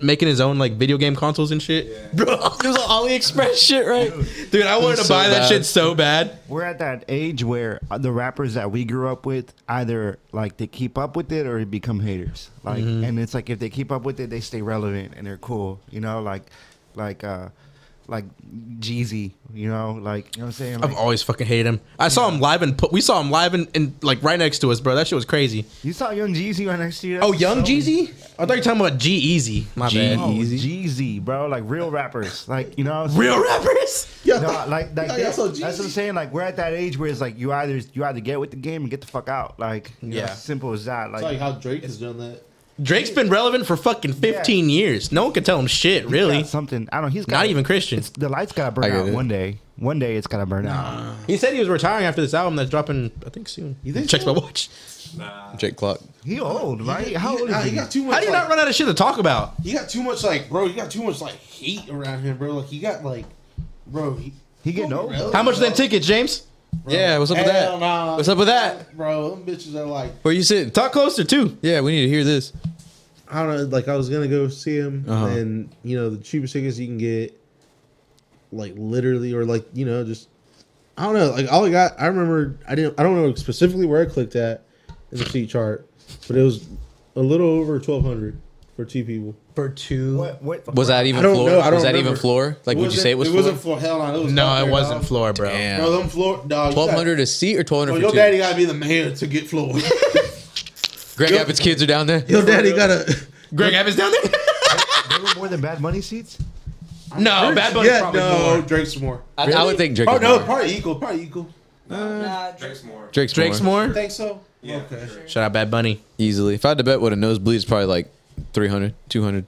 making his own like video game consoles and shit, bro? It was all AliExpress shit, right? Dude, I wanted to buy that shit so bad. We're at that age where the rappers that we grew up with either like they keep up with it or they become haters. Like, Mhm. and it's like if they keep up with it, they stay relevant and they're cool. You know, like, like, uh, like Jeezy. You know, like you know what I'm saying. Like, I've always fucking hated him. I saw him live and we saw him live and, and like right next to us, bro. That shit was crazy. you saw Young Jeezy right next to you. Oh, Young Jeezy? I thought you were talking about G Easy. My bad. Oh, Jeezy, bro, like real rappers, like you know, what I'm Real saying? rappers? No, like, like Oh, Yeah, that's, so that's what I'm saying. Like we're at that age where it's like you either you either get with the game and get the fuck out. Like you yeah, Yeah. know, simple as that. It's Like, like how Drake has done that. Drake's been relevant for fucking 15 years. No one can tell him shit, really. something. I don't know. He's not even Christian. the lights gotta burn I get out it. one day. One day it's gotta burn out. He said he was retiring after this album that's dropping, I think, soon. You think Checks my watch. Nah. Jake Clock. He old, right? How old is he? How do you not run out of shit to talk about? He got too much like, bro. He got too much like hate around him, bro. Like he got like, bro. He, he getting old. How much are them tickets, James? Yeah, what's up with that? Nah, What's up with that? bro? Them bitches are like, Where you sitting? Talk closer too. Yeah, we need to hear this. I don't know. Like I was gonna go see him, Uh-huh. and you know the cheapest tickets you can get, like literally, or like you know just, I don't know. Like all I got, I remember I didn't, I don't know specifically where I clicked at in the seat chart, but it was a little over twelve hundred for two people. For two, what, what Was that even I don't floor? know, I don't was that remember. even floor? Like, would you wasn't- say it was? It floor? wasn't floor. Hell no, it was No, up it there, wasn't dog. floor, bro. Damn. Bro, them floor dog. Twelve hundred a seat or twelve Well, hundred your for two? daddy gotta be the mayor to get floor. Greg Abbott's kids are down there. Your daddy gotta. Greg Evans down there? They were more than Bad Money seats. No, Drake's- Bad Bunny's yeah, probably no, more. Drake's more. I- I would Really? think Drake Oh is no, more. probably equal. Probably equal. Nah, Drake's more. Drake's, Drake's more. more? Think so? Yeah. Okay. Shout out Bad Bunny. Easily. If I had to bet what a nosebleed is probably like 300, 200,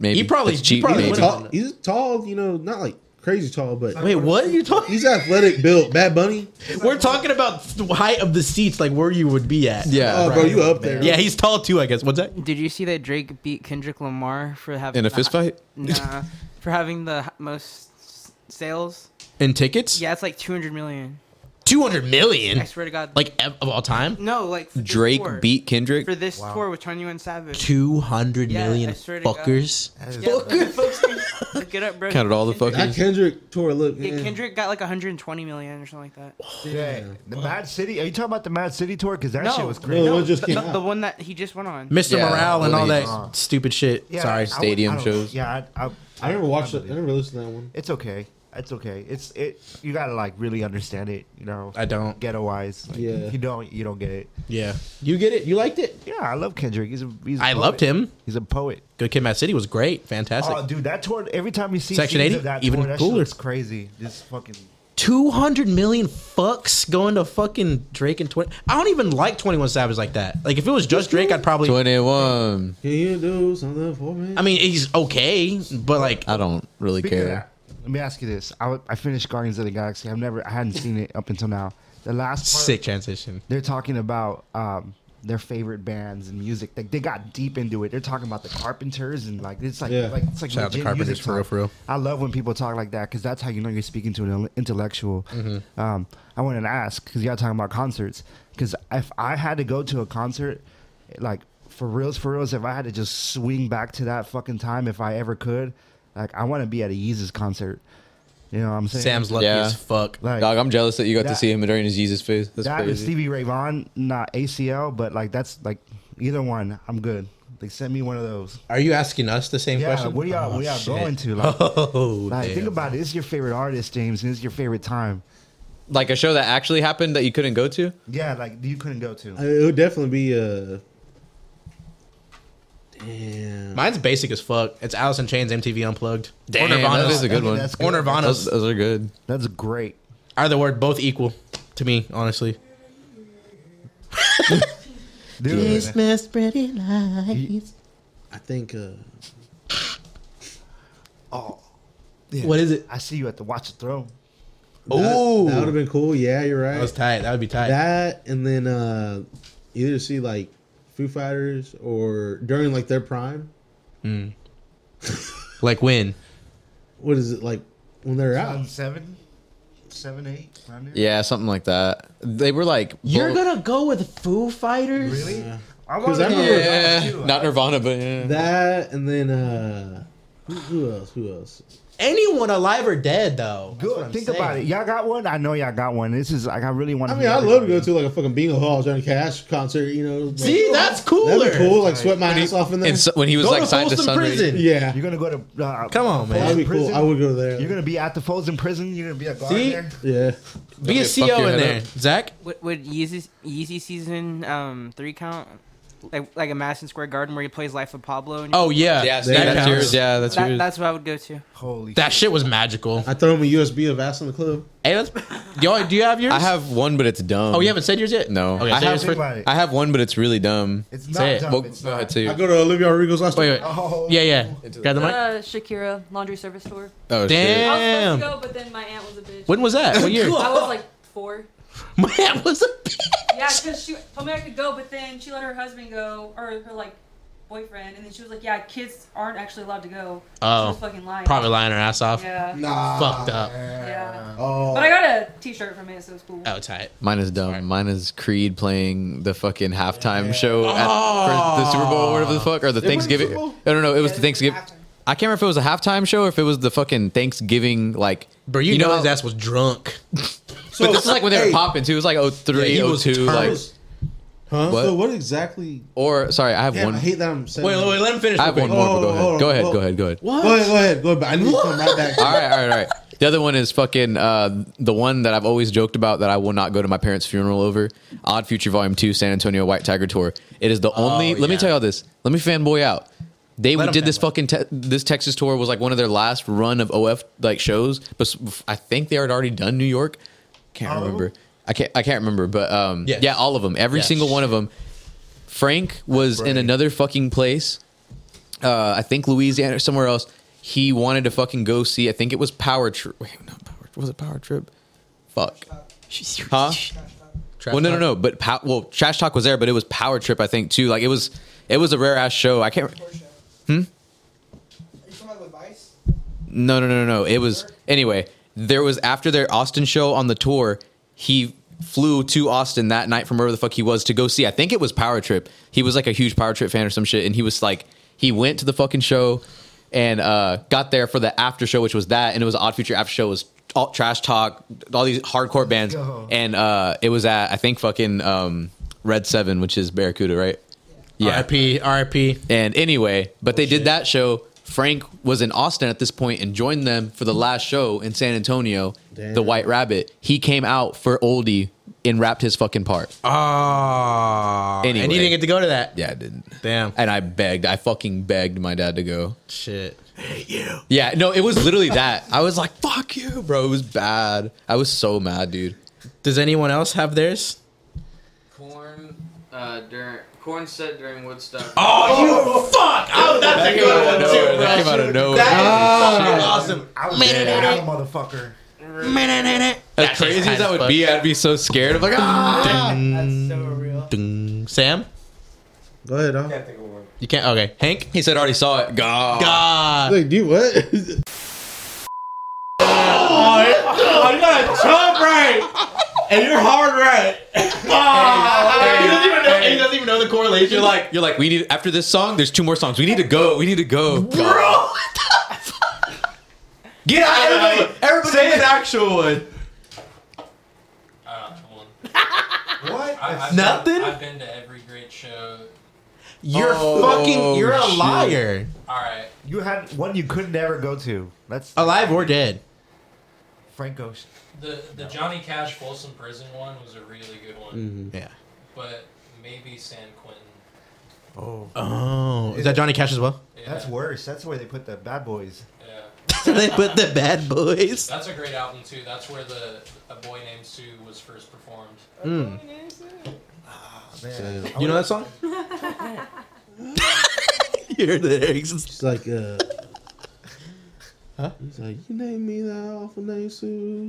maybe. He probably- That's he probably maybe. would've Tall, he's tall. You know, not like crazy tall, but Wait, what are you talking? He's athletic built. Bad Bunny. We're talking about the height of the seats, like where you would be at. Yeah. Oh, bro, you up there? Yeah, he's tall too, I guess. What's that? Did you see that Drake beat Kendrick Lamar for having In a the fist hi- fight? Nah, for having the h- most s- sales. In tickets? Yeah, it's like 200 million. 200 million? I swear to God. Like, ev- of all time? No, like for this Drake tour. beat Kendrick? for this Wow. tour with Twenty One Savage. Two hundred Yeah, million I swear to God. fuckers. Yeah, fuckers. Look it up, bro. Counted all the Kendrick- fuckers. That Kendrick tore a look. Yeah, man. Kendrick got like 120 million or something like that. Yeah, the Mad City. Are you talking about the Mad City tour? Because that no, shit was crazy. no, the, the- the one that he just went on. Mr. Yeah, Morale and all really. that Uh, stupid shit. Yeah, I Sorry. would- I don't- Yeah, I, I, I never watched it. I never listened to that one. It's okay. It's okay. It's it. You gotta like really understand it. You know. I don't. Ghetto wise. Like, Yeah. You don't. You don't get it. Yeah. You get it? You liked it? Yeah, I love Kendrick. He's a. He's a I poet. loved him. He's a poet. Good Kid Mad City was great. Fantastic. Oh, dude, that tour. Every time you see Section scenes 80, of that even tour, that cooler. It's crazy. This fucking. 200 million fucks going to fucking Drake and 20. I don't even like 21 Savage like that. Like, if it was just Drake, I'd probably. 21. Can you do something for me? I mean, he's okay, but like. I don't really Speaking of care. that, let me ask you this. I, w- I finished Guardians of the Galaxy. I've never, I hadn't seen it up until now. The last part, Sick transition. They're talking about um, their favorite bands and music. Like they got deep into it. They're talking about the Carpenters and like it's like, Yeah. like it's like Shout out the legit Carpenters music for real, talk. for real. I love when people talk like that because that's how you know you're speaking to an intellectual. Mhm. Um, I wanted to ask because y'all talking about concerts. Because if I had to go to a concert, like for reals, for reals, if I had to just swing back to that fucking time, if I ever could, like I want to be at a Yeezus concert. You know what I'm saying? Sam's lucky as fuck. Like- Dog, I'm jealous that you got That- to see him during his Jesus phase. That's that is crazy. Stevie Ray Vaughan, not ACL, but like that's like either one. I'm good. Like send me one of those. Are you asking us the same Yeah, question? what are y'all- Oh, what y'all shit. going to, like- oh, Like damn. think about it. It's your favorite artist, James, and it's your favorite time. Like a show that actually happened that you couldn't go to? Yeah, like you couldn't go to. Uh, it would definitely be uh Damn. Mine's basic as fuck. It's Alice in Chains MTV Unplugged. Damn, or Nirvana. that is a good Or one. Nirvana's. Those, those are good. That's great. Either word, both equal to me, honestly. Christmas pretty lights. I think. uh Oh. What is it? I see you at the Watch the Throne. Oh, that, would have been cool. Yeah, you're right. That was tight. That would be tight. That and then uh either see like Foo Fighters or during like their prime. Hmm. like when? What is it like when they're out? Seven, seven, eight. around there. Yeah, something like that. They were like You're both- gonna go with Foo Fighters? Really? I Because I wanna- remember yeah, not Nirvana, but yeah. that and then uh who, who else? Who else? Anyone alive or dead though? That's what I'm Think saying. about it. Y'all got one? I know y'all got one. This is like I really want I to. mean, I'd love to go to like a fucking bingo hall Johnny Cash concert. You know, like, See, that's That'd cooler. be cool. Like sweat my ass off in there. and so- when he was, Go like, to signed to Folsom Sunray. Prison. Yeah, You're gonna go to. Uh, Come on, man. That'd be cool. I would go there. You're gonna be at the Folsom prison. You're gonna be a guard See? there. Yeah. Be a CO in there, Zach. Would, would Yeezy Yeezy season um three count? Like like a Madison Square Garden where he plays Life of Pablo. And Oh, yeah. Yeah, so That that's counts. yours. Yeah, that's that, yours. That's what I would go to. Holy. That shit was magical. I throw him a USB of ass in the club. Hey, let's. Yo, do you have yours? I have one, but it's dumb. Oh, you haven't said yours yet? No, Okay, I, say have, yours first. I have one, but it's really dumb. It's not Say it. dumb, Well, it's go not. ahead, too. I go to Olivia Rodrigo's last Wait, wait. Oh. Yeah, yeah. Got the mic. Uh, Shakira laundry service tour. Oh, I was Damn. supposed to go, but then my aunt was a bitch. When was that? What year? I was like four. My aunt was a Yeah, because she told me I could go, but then she let her husband go, or her like boyfriend, and then she was like, "Yeah, kids aren't actually allowed to go." she Oh. was fucking lying. Probably lying her ass off. Yeah. Nah. Fucked up. Yeah. Oh. But I got a T-shirt from it, so it's cool. Oh, tight. Mine is dumb. Mine is Creed playing the fucking halftime show at, for the Super Bowl or whatever the fuck, or the They played Thanksgiving. Super Bowl? No, no, no. It was the Thanksgiving. I can't remember if it was a halftime show or if it was the fucking Thanksgiving like. Bro, you, know, how- his ass was drunk. So- but this is like when they hey. were popping too. It was like 03, Yeah, he was 02, turned. like Huh? What? So what exactly? or sorry, I have Damn, one. I hate that I'm saying. Wait, wait, let him finish. I have real one quick. more. but Hold on, Oh, hold on, go, ahead. hold go on. ahead. Go ahead. Go ahead. Go ahead, go ahead, go ahead. but I need to come right back. All right, all right, all right. The other one is fucking uh, the one that I've always joked about that I will not go to my parents' funeral over. Odd Future Volume Two, San Antonio White Tiger Tour. It is the only. Let me Oh, yeah. tell y'all this. Let me fanboy out. They Let 'em did this fanboy. fucking te- this Texas tour was like one of their last run of OF like shows, but I think they had already done New York. Can't remember. I can't. I can't remember. But um, Yes. yeah, all of them. Every Yeah, single one of them. Frank was in another fucking place uh, I think Louisiana or somewhere else. He wanted to fucking go see. I think it was Power Trip. Wait, no, Power. Was it Power Trip? Fuck. Huh? Trash Well, no, no, talk. no. But pow- well, Trash Talk was there, but it was Power Trip, I think too. Like it was, it was a rare ass show. I can't. Hmm. No, no, no, no, no. It was anyway. There was after their Austin show on the tour, he flew to Austin that night from wherever the fuck he was to go see. I think it was Power Trip. He was like a huge Power Trip fan or some shit, and he was like, he went to the fucking show and uh, got there for the after show, which was that, and it was an Odd Future after show. It was all trash talk, all these hardcore bands, go. and uh, it was at I think fucking um, Red Seven, which is Barracuda, right? Yeah. RIP, RIP. And anyway, but they did that show. Frank was in Austin at this point and joined them for the last show in San Antonio, the White Rabbit. He came out for Oldie and rapped his fucking part. Ah. Anyway. And you didn't get to go to that. Yeah, I didn't. Damn. And I begged. I fucking begged my dad to go. Shit. Yeah, no, it was literally that. I was like, fuck you, bro. It was bad. I was so mad, dude. Does anyone else have theirs? Corn, uh, during corn set during Woodstock. Oh, you fuck! Oh, that's a good one too, bro. That came out of nowhere. That is Ah. fucking I awesome. was Man, it, mad at a motherfucker. man, it, it. As crazy as that would be, I'd be so scared. I'm like, ah. That's so real. Ding. Sam, Go ahead. Huh? you can't. Okay, Hank. He said, already saw it. God. God. Like, dude, what? Oh, you got a jump right, and you're hard right. he doesn't even know. He doesn't even know the correlation. You're like, you're like, we need after this song. There's two more songs. We need to go. We need to go, bro. Get out, everybody! Everybody, Say an actual one. What? I, I've Nothing? Been, I've been to every great show. You're fucking. You're a shit. liar. All right. You had one you could never go to. That's Alive or dead. Frank Ocean. The the Johnny Cash Folsom Prison one was a really good one, Yeah. but maybe San Quentin. Oh, Oh, is that Johnny Cash as well? Yeah. that's worse. That's where they put the bad boys. Yeah. they put the Bad Boys. That's a great album too. That's where the a boy named Sue was first performed. Mm. Man. You know that song? you heard the lyrics. She's like, uh, huh? He's like, you name me that awful name, Sue.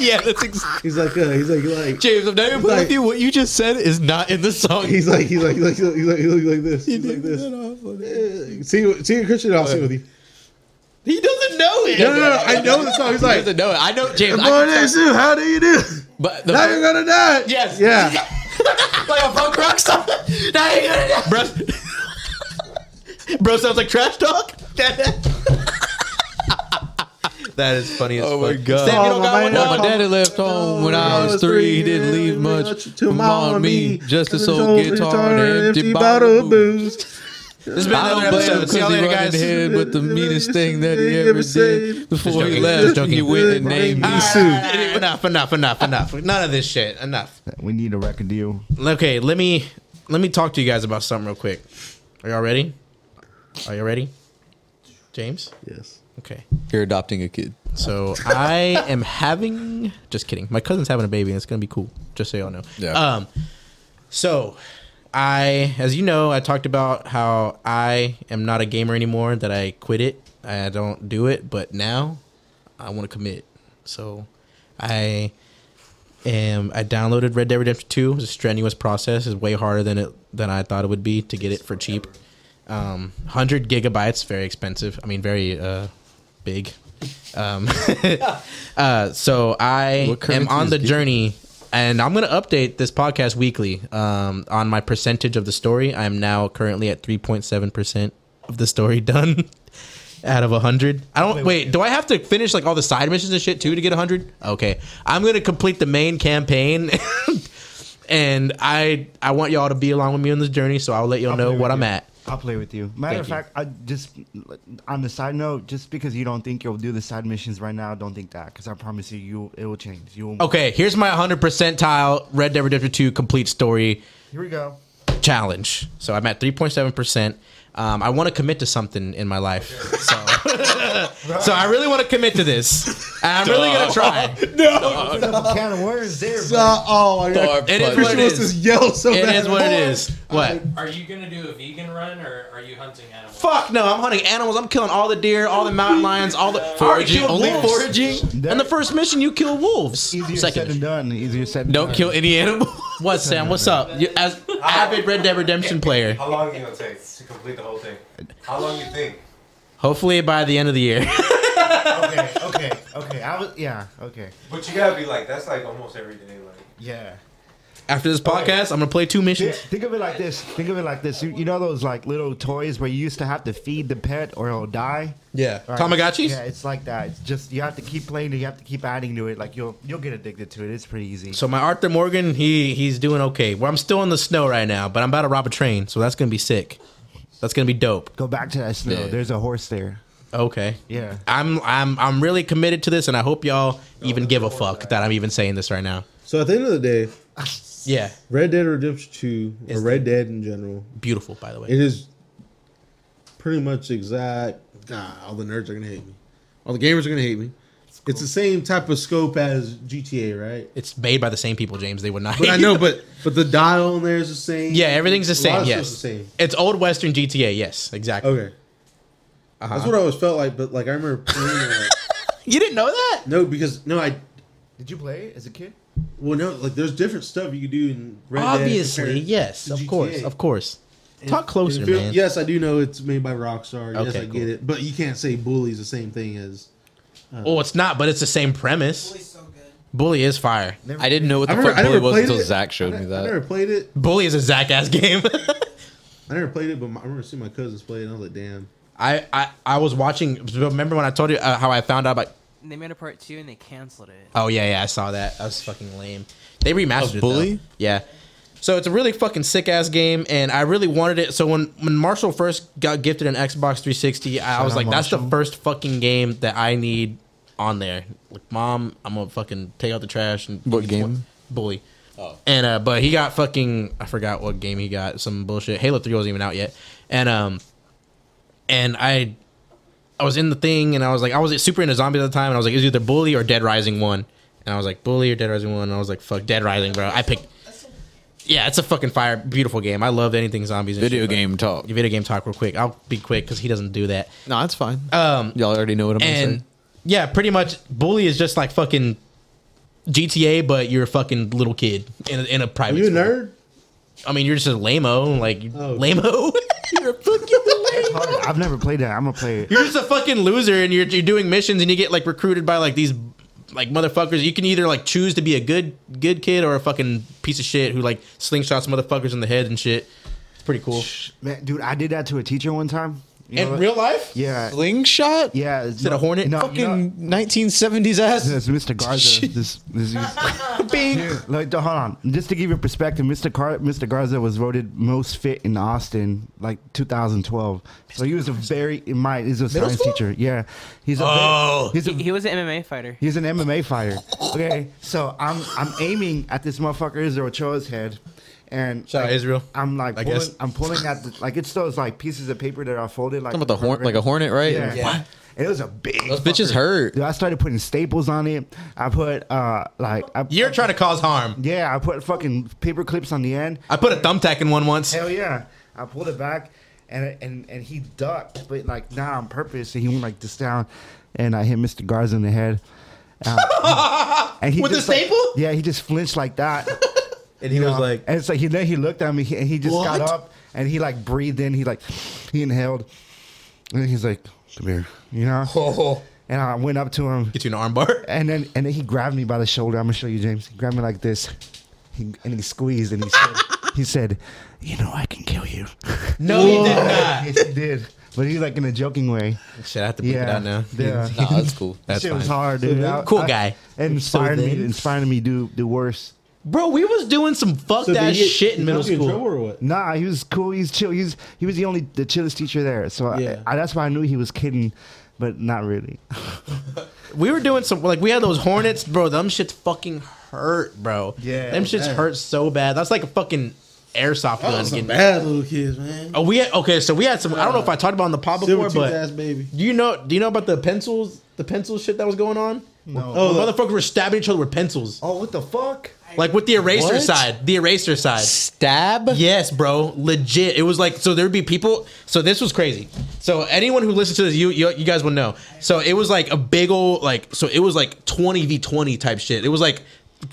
yeah, that's exactly. He's like, uh, he's like, like James, I'm not even playing with you. What you just said is not in the song. He's like, he's like, he's like, he's like, he's like, he's like this. He's like this. See, see, Christian, I'll sing with you. He doesn't know it. No, no, no, I know the song. He's like- he doesn't know it. I know James. Good I morning, Sue. How do you do? But Now you're gonna die. Yes. Yeah. like a punk rock star. Now you're gonna die. Bro, bro sounds like trash talk. that is funny as oh fuck. my God. Sam, you don't Oh, got my one? man, my daddy left home when I was Oh, three. He didn't leave much to mom on and me. me. Just this Just old old guitar and guitar, an empty empty bottle of bottle booze. This has been another episode. See y'all he later, run in guys. Head with the meanest thing that he ever did Just before he joking. left. Just joking. He went and named me Sue. Enough, enough, enough, enough. None of this shit. Enough. We need a record deal. Okay, let me let me talk to you guys about something real quick. Are y'all ready? Are y'all ready? James? Yes. Okay. You're adopting a kid. So I am having. Just kidding. My cousin's having a baby, and it's gonna be cool. Just so y'all know. Yeah. Um. So, I, as you know, I talked about how I am not a gamer anymore. That I quit it. I don't do it. But now, I want to commit. So, I am. I downloaded Red Dead Redemption Two. It was a strenuous process. It's way harder than it than I thought it would be to get it for cheap. Um, hundred gigabytes, very expensive. I mean, very uh, big. Um, uh, so I What currency am on is the giga? journey, and I'm going to update this podcast weekly um, on my percentage of the story. I am now currently at 3.7 percent of the story done out of 100. I don't wait, Do I have to finish like all the side missions and shit too to get 100? Okay, I'm going to complete the main campaign. And I I want y'all to be along with me on this journey, so I'll let y'all know what I'm at. I'll play with you. Thank Matter of you. fact, I just on the side note, just because you don't think you'll do the side missions right now, don't think that because I promise you, you it will change. You will. Okay, here's my 100 percentile Red Dead Redemption 2 complete story Here we go. challenge. So I'm at 3.7 percent. Um, I want to commit to something in my life, so so I really want to commit to this. And I'm really gonna try. no, can of words there. oh my God. It is what it is. It is what it is. What? Are you gonna do a vegan run or are you hunting animals? Fuck no! I'm hunting animals. I'm killing all the deer, all the mountain lions, all the I already Foraging- killed only wolves. foraging? And the first mission, you kill wolves. Easier Second said than done. Easier said. Than Don't done. kill any animals. What, Sam? What's up? You, as avid Red Dead Redemption player, How long you gonna take to complete the whole thing? How long you think? hopefully by the end of the year. okay, okay, okay. I was yeah. Okay. But you gotta be like, that's like almost every day. Like, yeah. After this podcast, I'm gonna play two missions. Think of it like this. Think of it like this. You, you know those like little toys where you used to have to feed the pet or it'll die. Yeah. Right. Tamagotchis? Yeah, it's like that. It's just you have to keep playing. You have to keep adding to it. Like you'll you'll get addicted to it. It's pretty easy. So my Arthur Morgan, he he's doing okay. Well, I'm still in the snow right now, but I'm about to rob a train, so that's gonna be sick. That's gonna be dope. Go back to that snow. Yeah. There's a horse there. Okay. Yeah. I'm I'm I'm really committed to this, and I hope y'all even give a fuck that I'm even saying this right now. So at the end of the day, Yeah. Red Dead Redemption Two or Red Dead in general, Beautiful, by the way. it is pretty much exact. God, all the nerds are gonna hate me. All the gamers are gonna hate me. It's the same type of scope as GTA, right? It's made by the same people, James. They would not. But I know, but but the dial in there is the same. yeah, everything's the A lot same. of Yes, stuff's the same. it's old Western GTA. Yes, exactly. Okay, Uh-huh. that's what I always felt like. But like I remember playing. it, you didn't know that? No, because no, I Did you play as a kid? well no, like there's different stuff you could do in Red Dead Obviously, compared yes, to of GTA. course, of course. And- Talk closer, and feel- man. Yes, I do know it's made by Rockstar. yes, Okay, I cool. get it, but you can't say Bully's the same thing as. uh, Oh, it's not, but it's the same premise. Bully's so good. Bully is fire. I didn't know what the I remember- fuck I Bully never was played until it. Zach showed me I never played it. Bully is a Zach ass game. I never played it, but my, I remember seeing my cousins play it, and I was like, "Damn!" I, I I was watching. Remember when I told you uh, how I found out about? They made a part two and they canceled it. Oh yeah, yeah, I saw that. That was fucking lame. They remastered Of it, Bully? though. Yeah. So it's a really fucking sick ass game, and I really wanted it. So when when Marshall first got gifted an Xbox 360, I Shout was out like, that's the first fucking game that I need on there. Like, mom, I'm gonna fucking take out the trash and What game? Bully. And uh, but he got fucking I forgot what game he got some bullshit. Halo Three wasn't even out yet, and um, and I I was in the thing and I was like, I was super into zombies at the time, and I was like, it was either Bully or Dead Rising One, and I was like, Bully or Dead Rising One, and I was like, fuck, Dead Rising, bro. I picked. Yeah, it's a fucking fire, beautiful game. I love anything zombies. And Video shit, but- game talk. Video game talk, real quick. I'll be quick because he doesn't do that. No, that's fine. Um, Y'all already know what I'm and saying. yeah, pretty much, Bully is just like fucking GTA, but you're a fucking little kid in a, in a private. Are you a nerd? Oh, I mean, you're just a lameo, like lameo. You're a fucking lameo. I've never played that. I'm gonna play it. You're just a fucking loser, and you're you're doing missions, and you get like recruited by like these like motherfuckers. You can either like choose to be a good good kid or a fucking piece of shit who like slingshots motherfuckers in the head and shit. It's pretty cool. Man, dude, I did that to a teacher one time. You In know what? real life? Yeah. Slingshot? Yeah. Is it a hornet? Fucking 1970s ass. It's Mr. Garza. this, this, is- Dude, like, hold on. Just to give you perspective, Mr. Car- Mr. Garza was voted most fit in Austin, like 2012. So he was a very, in my, he's a Middle science school? teacher. Yeah. He's a, very- Oh. he's a he, he was an MMA fighter. He's an MMA fighter. Okay, so I'm I'm aiming at this motherfucker Israel Choa's head, and Shout out like, Israel, I'm like I pulling, guess. I'm pulling at the, like it's those like pieces of paper that are folded like Talking about the horn- like a hornet, right? Yeah. Yeah. What? And it was a big. Those bitches hurt. Dude, I started putting staples on it. I put uh like I, You're trying to cause harm. Yeah, I put fucking paper clips on the end. I put a thumbtack in one once. Hell yeah! I pulled it back, and and and he ducked, but like not on purpose. And he went like this down, and I hit Mr. Garza in the head. Uh, and With a just, like- staple? yeah, he just flinched like that. And he You was know? like- and it's like he then he looked at me he- and he just got What? up and he like breathed in. He like he inhaled, and then he's like, "Come here," you know. And I went up to him. Get you an armbar. And then and then he grabbed me by the shoulder. I'm gonna show you, James. He grabbed me like this, he, and he squeezed and he said, he said, "You know I can kill you." No, he did not. yes, he did. But he's like in a joking way. Shit, I have to bleep it out now. Yeah. Nah, that's cool. That's Shit was fine. hard, So dude. then- I- Cool I- guy. It inspired So me. then- Inspired me to do the worst. Bro, we was doing some fuck So that did he- shit in he middle got you in school. trouble Nah, he was cool. He's chill. He's he was the only the chillest teacher there. So I- I, that's why I knew he was kidding, but not really. We were doing some like we had those hornets, bro. Them shits fucking hurt, bro. Yeah, them shits man. hurt so bad. That's like a fucking airsoft I gun. was some getting- bad little kids, man. Oh, we had, okay. So we had some. I don't know if I talked about it on the pod before, Silver-toothed but ass baby. do you know? Do you know about the pencils? The pencil shit that was going on. No. Oh, Oh, the- motherfuckers were stabbing each other with pencils. Oh, what the fuck? Like with the eraser What? side, the eraser side. Stab? Yes, bro. Legit. It was like so there'd be people. So this was crazy. So anyone who listens to this, you you, you guys will know. So it was like a big old like so it was like 20 v 20 type shit. It was like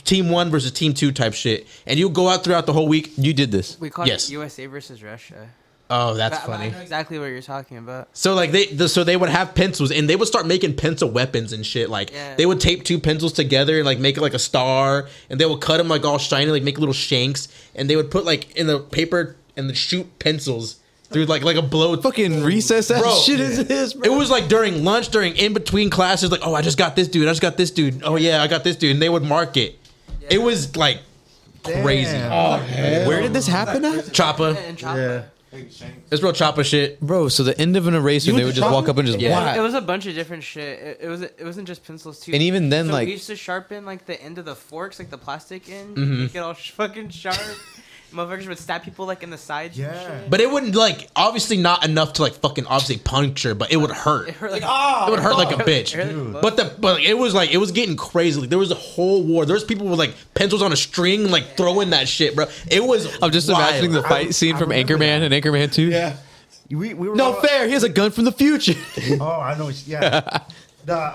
team 1 versus team 2 type shit. And you go out throughout the whole week. You did this. We called yes. it USA versus Russia. Oh, that's But- but funny. I know exactly what you're talking about. So like they the, so they would have pencils and they would start making pencil weapons and shit. Like Yeah. they would tape two pencils together and like make it like a star and they would cut them like all shiny, like make little shanks and they would put like in the paper and then shoot pencils through like like a blow. Fucking recess ass shit is this? Bro. It was like during lunch, during in between classes. Like oh, I just got this dude. I just got this dude. Oh yeah, I got this dude. And they would mark it. It was like crazy. Damn. Where did this happen at? Choppa. Yeah. It's real chopper shit. Bro, so the end of an eraser, You they went would to just walk Chopper? up and just Yeah. whack. It was a bunch of different shit. It, it was it wasn't just pencils too. And even then, So like- we used to sharpen like the end of the forks, like the plastic end, Mhm. make it all sh- fucking sharp. Motherfuckers would stab people like in the sides. Yeah, But it wouldn't like obviously not enough to like fucking obviously puncture, but it would hurt. It hurt like ah, It would hurt like a bitch. But the but it was like it was getting crazy. Like, there was a whole war. There's people with like pencils on a string, like throwing that shit, bro. It was. I'm just wild. imagining the fight scene from Anchorman and Anchorman 2. Yeah. We, we were No all- fair. He has a gun from the future. oh, I know. Yeah, the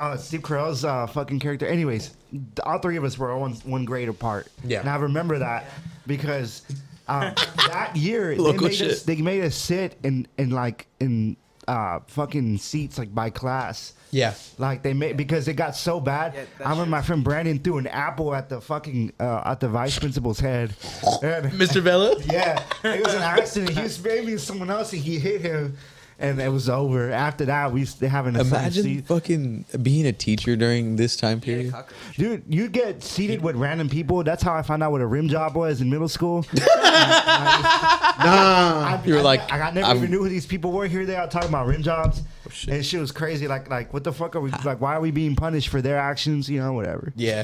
uh, Steve Carell's uh, fucking character. Anyways, the- all three of us were all one, one grade apart. Yeah. and I remember that because um, that year they Local made, Us, shit. they made us sit in in like in uh, fucking seats like by class. Yeah. Like they made because it got so bad. Yeah, that I remember my friend Brandon threw an apple at the fucking uh, at the vice principal's head. And- Mr. Vela? Yeah, it was an accident. He was maybe someone else, and he hit him, and it was over. After that, we used to have an Imagine fucking being a teacher during this time period. Dude, you get seated with random people. That's how I found out what a rim job was in middle school. nah, I, You were I- like, I, I never I'm- Oh, even knew who these people were. Here they are talking about rim jobs, and shit was crazy. Like, like what the fuck are we? Like, why are we being punished for their actions? You know, whatever. Yeah.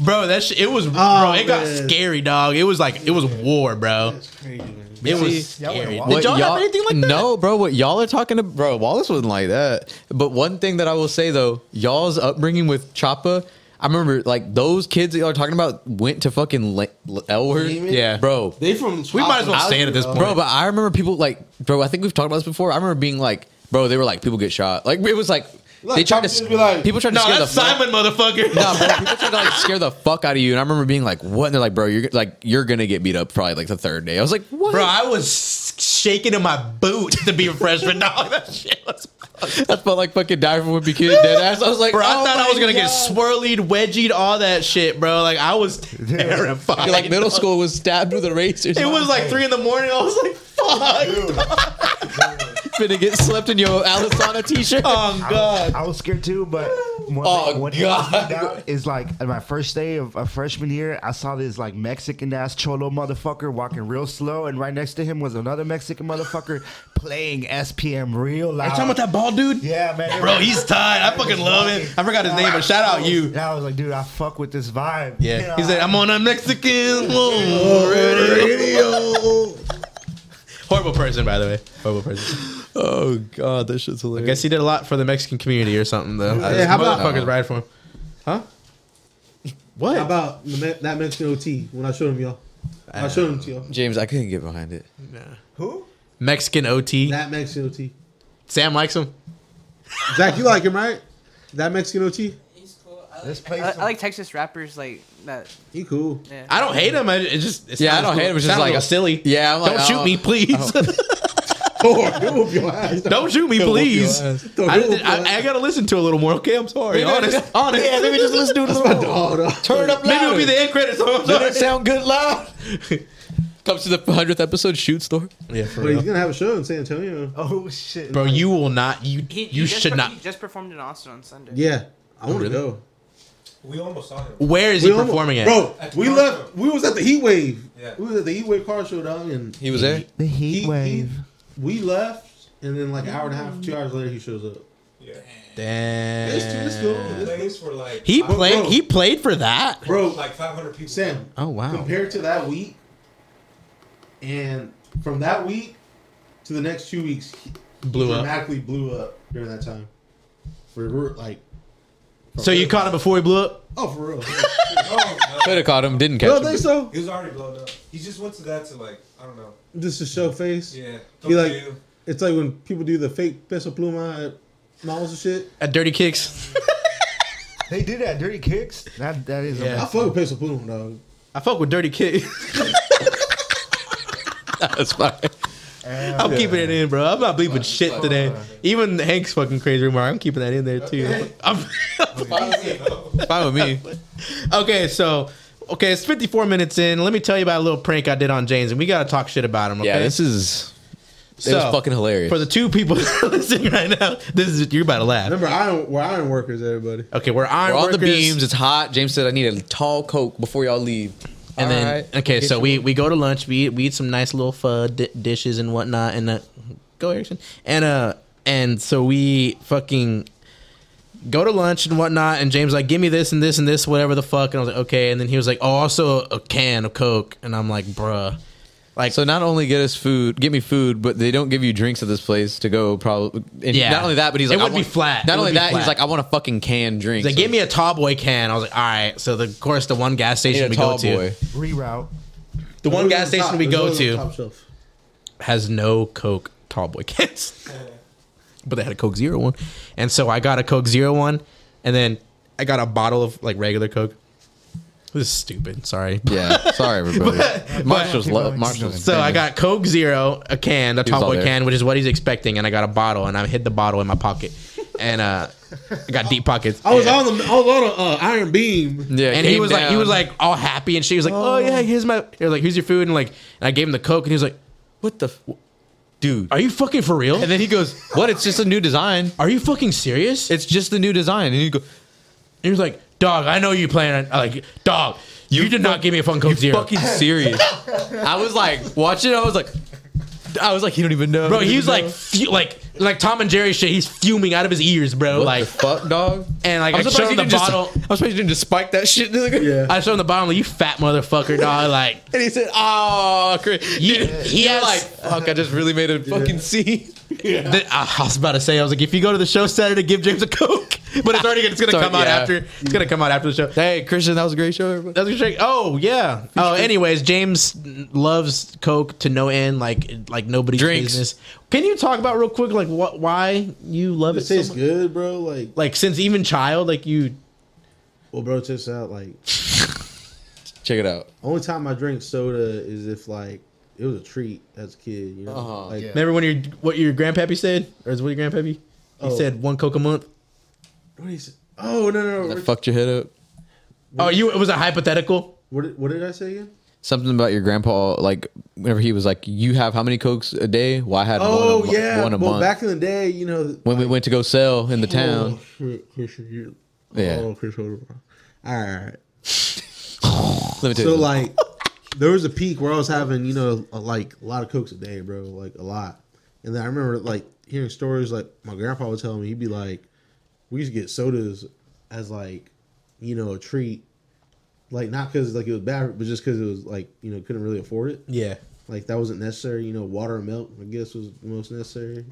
bro, that shit, it was. bro, it got man. scary, dog. It was like it was war, bro. It was See, scary. what Did y'all have y'all- anything like that? No, bro. What y'all are talking to, bro? Wallace wasn't like that. But one thing that I will say though, y'all's upbringing with Choppa, I remember like those kids that y'all are talking about went to fucking Le- Le- L word. Lehman? Yeah. bro. They from We might as well Choppa, say it at this bro. point. bro. But I remember people like, bro. I think we've talked about this before. I remember being like, bro. They were like, people get shot. Like it was like. Like, they tried to Choppa sc- just be like, people tried to "No, scare that's the fuck- Simon, motherfucker." No, bro, people tried to like scare the fuck out of you, and I remember being like, "What?" And they're like, "Bro, you're like you're gonna get beat up probably like the third day." I was like, "What?" Bro, I was shaking in my boot to be a freshman. No, that shit was. I felt like fucking die from Wimpy Kid dead ass. I was like, bro, I "Oh thought I my was gonna get God." swirlied, wedgied, all that shit, bro. Like I was terrified. Like middle school was stabbed with a razor. It was like three in the morning. I was like, fuck. Finna get slept in your Alisana t-shirt. Oh God, I was, scared too, but one Oh, thing- one thing that stood out is like at my first day of, of freshman year, I saw this like Mexican ass cholo motherfucker walking real slow, and right next to him was another Mexican motherfucker playing SPM real loud. talking about that bald dude? Yeah, man. Bro, he's tight. I fucking love him. I forgot his name, but shout out you. And I was like, dude, I fuck with this vibe. Yeah, he said, "I'm on a Mexican radio." radio." Horrible person, by the way. Horrible person. Oh god, that shit's I hilarious. guess he did a lot for the Mexican community or something, though. Hey, This how about- motherfuckers ride for him? Huh? What How about the, Me- that Mexican OT when I showed him y'all? I showed him to y'all. James, I couldn't get behind it. Who? Mexican OT. That Mexican OT. Sam likes him. Zach, you like him, right? That Mexican OT. Let's play I, I like Texas rappers like that. He cool. Yeah. I don't hate him. I, it just it yeah, I sounds don't hate cool. him. It's Sounds just a like little silly. Yeah, I'm like, don't shoot oh, me, please. Oh, Don't shoot me, Don't whoop your please. ass. Don't I, whoop did- your I- I gotta listen to it a little more. Okay, I'm sorry. Maybe I honest, just- honest. Yeah, maybe just listen to it a That's little my more. dog, dog. Turn it up Maybe it'll louder. be the end credits. so I'm Did sorry. it sound good loud? Comes to the hundredth episode shoot store. Yeah, But he's gonna have a show in San Antonio. Oh shit, Bro, you will not. You He, he you just should per- not. He just performed in Austin on Sunday. Yeah, I Oh, want to really? go. We almost saw him. Where is We he almost- performing at? Bro, At the we car left. We was at the Heat Wave. We was at the Heat Wave car show, dog, and He was there. The heat wave. we left. And then like an hour and a half, two hours later, he shows up. Yeah. Damn. It's too- it's cool. He plays for like He five- played. Bro, He played for that. Bro, like 500 people. Sam, Oh wow. compared to that week, and from that week to the next two weeks, he Blew up. dramatically blew up during that time. For real, like, So you caught him before he blew up. oh, for real. Could have caught him. Didn't catch You don't him. think so? He was already blown up. He just went to that to like I don't know. Just to show face. Yeah. He like, you. it's like when people do the fake peso pluma at malls and shit. At Dirty Kicks. They did that dirty kicks. That that is. I fuck with peso pluma, dog. I fuck with Dirty Kicks. That's fine. I'm keeping it in, bro. I'm not bleeping shit today. Even Hank's fucking crazy remark. I'm keeping that in there too. I'm, Fine with me. okay, so okay, it's 54 minutes in. Let me tell you about a little prank I did on James, and we gotta talk shit about him. Okay? Yeah, this is. It was So, fucking hilarious. For the two people listening right now, this is you're about to laugh. Remember, iron, we're iron workers, everybody. Okay, we're on, We're on the workers. beams. It's hot. James said I need a tall coke before y'all leave. And All then right. okay, Get so your- we, we go to lunch. We eat, we eat some nice little pho di- dishes and whatnot. And uh, go Erickson. And uh and so we fucking go to lunch and whatnot. And James like, give me this and this and this, whatever the fuck. And I was like, okay. And then he was like, oh, also a can of Coke. And I'm like, bruh. Like So not only get us food, get me food, but they don't give you drinks at this place to go. Probably, and Yeah. not only that, but he's It like, I would be want- flat. It Not would only be that, flat. he's like, I want a fucking canned He's drink. like, So give me a tall boy can. I was like, all right. So the, of course, the one gas I need station a we go tall to, boy. Reroute. the one Those gas are the station top- we go those are the to top shelf. has no Coke tall boy cans, but they had a Coke Zero one, and so I got a Coke Zero one, and then I got a bottle of like regular Coke. This is stupid. Sorry. Yeah, sorry everybody. Marshall's but- love. Marshall's So I got Coke Zero, a can, the He was tall all boy there. can, which is what he's expecting, and I got a bottle, and I hid the bottle in my pocket, and uh, I got deep pockets. I was And- on the I was on a uh, iron beam. yeah, and he came was like, he down. was like all happy, and she was like, "Oh, yeah, here's my." He was like, "Here's your food," and like, and I gave him the coke, and he was like, what the, f- dude? "Are you fucking for real?" And then he goes, what? It's just a new design. Are you fucking serious? It's just the new design. And you go, And he was like, "Dog, I know you playing." on Like, dog, you, did not give me a fun coke zero, fucking serious. I was like watching. I was like, I was like, you don't even know. bro. He You was don't like, know. fu- like like Tom and Jerry shit. He's fuming out of his ears, bro. What like the fuck, dog. And like I'm I surprised showed you him the didn't just- bottle. I'm surprised you didn't just spike that shit. Yeah. I showed him the bottle. Like, you fat motherfucker, dog. Like And he said, "Oh, Chris, he, he has like fuck. I just really made a fucking scene." Th- I was about to say, I was like, if you go to the show Saturday, give James a Coke. But it's already it's gonna Sorry, come out yeah. after. It's gonna come out after the show. Hey, Christian, that was a great show. That was a great. Oh yeah. Oh, anyways, James loves Coke to no end, like like nobody's Drinks. business. Can you talk about real quick, like what, why you love it? It tastes so much? good, bro. Like, Like since even child, like you. well, bro, check this out. Like, check it out. Only time I drink soda is if like it was a treat as a kid. You know, like Remember when your what your grandpappy said, or is what your grandpappy? He Oh. said one Coke a month. What is it? Oh no no. no. That fucked your head up. Oh, you it was a hypothetical. What did, what did I say again? Something about your grandpa, like whenever he was like, "You have how many cokes a day? Well, I had oh one a, mo- yeah. one a well, month." back in the day, you know. when we went to go sell in the town, Oh, shit, Christian, you- Yeah. Oh, Chris, hold on. All right. Let me tell so you something. like, there was a peak where I was having you know a, like a lot of cokes a day, bro, like a lot. And then I remember like hearing stories like my grandpa would tell me he'd be like, we used to get sodas as like you know a treat, like not because like it was bad, but just because it was like you know couldn't really afford it. Yeah. Like that wasn't necessary, you know. Water and milk, I guess, was the most necessary.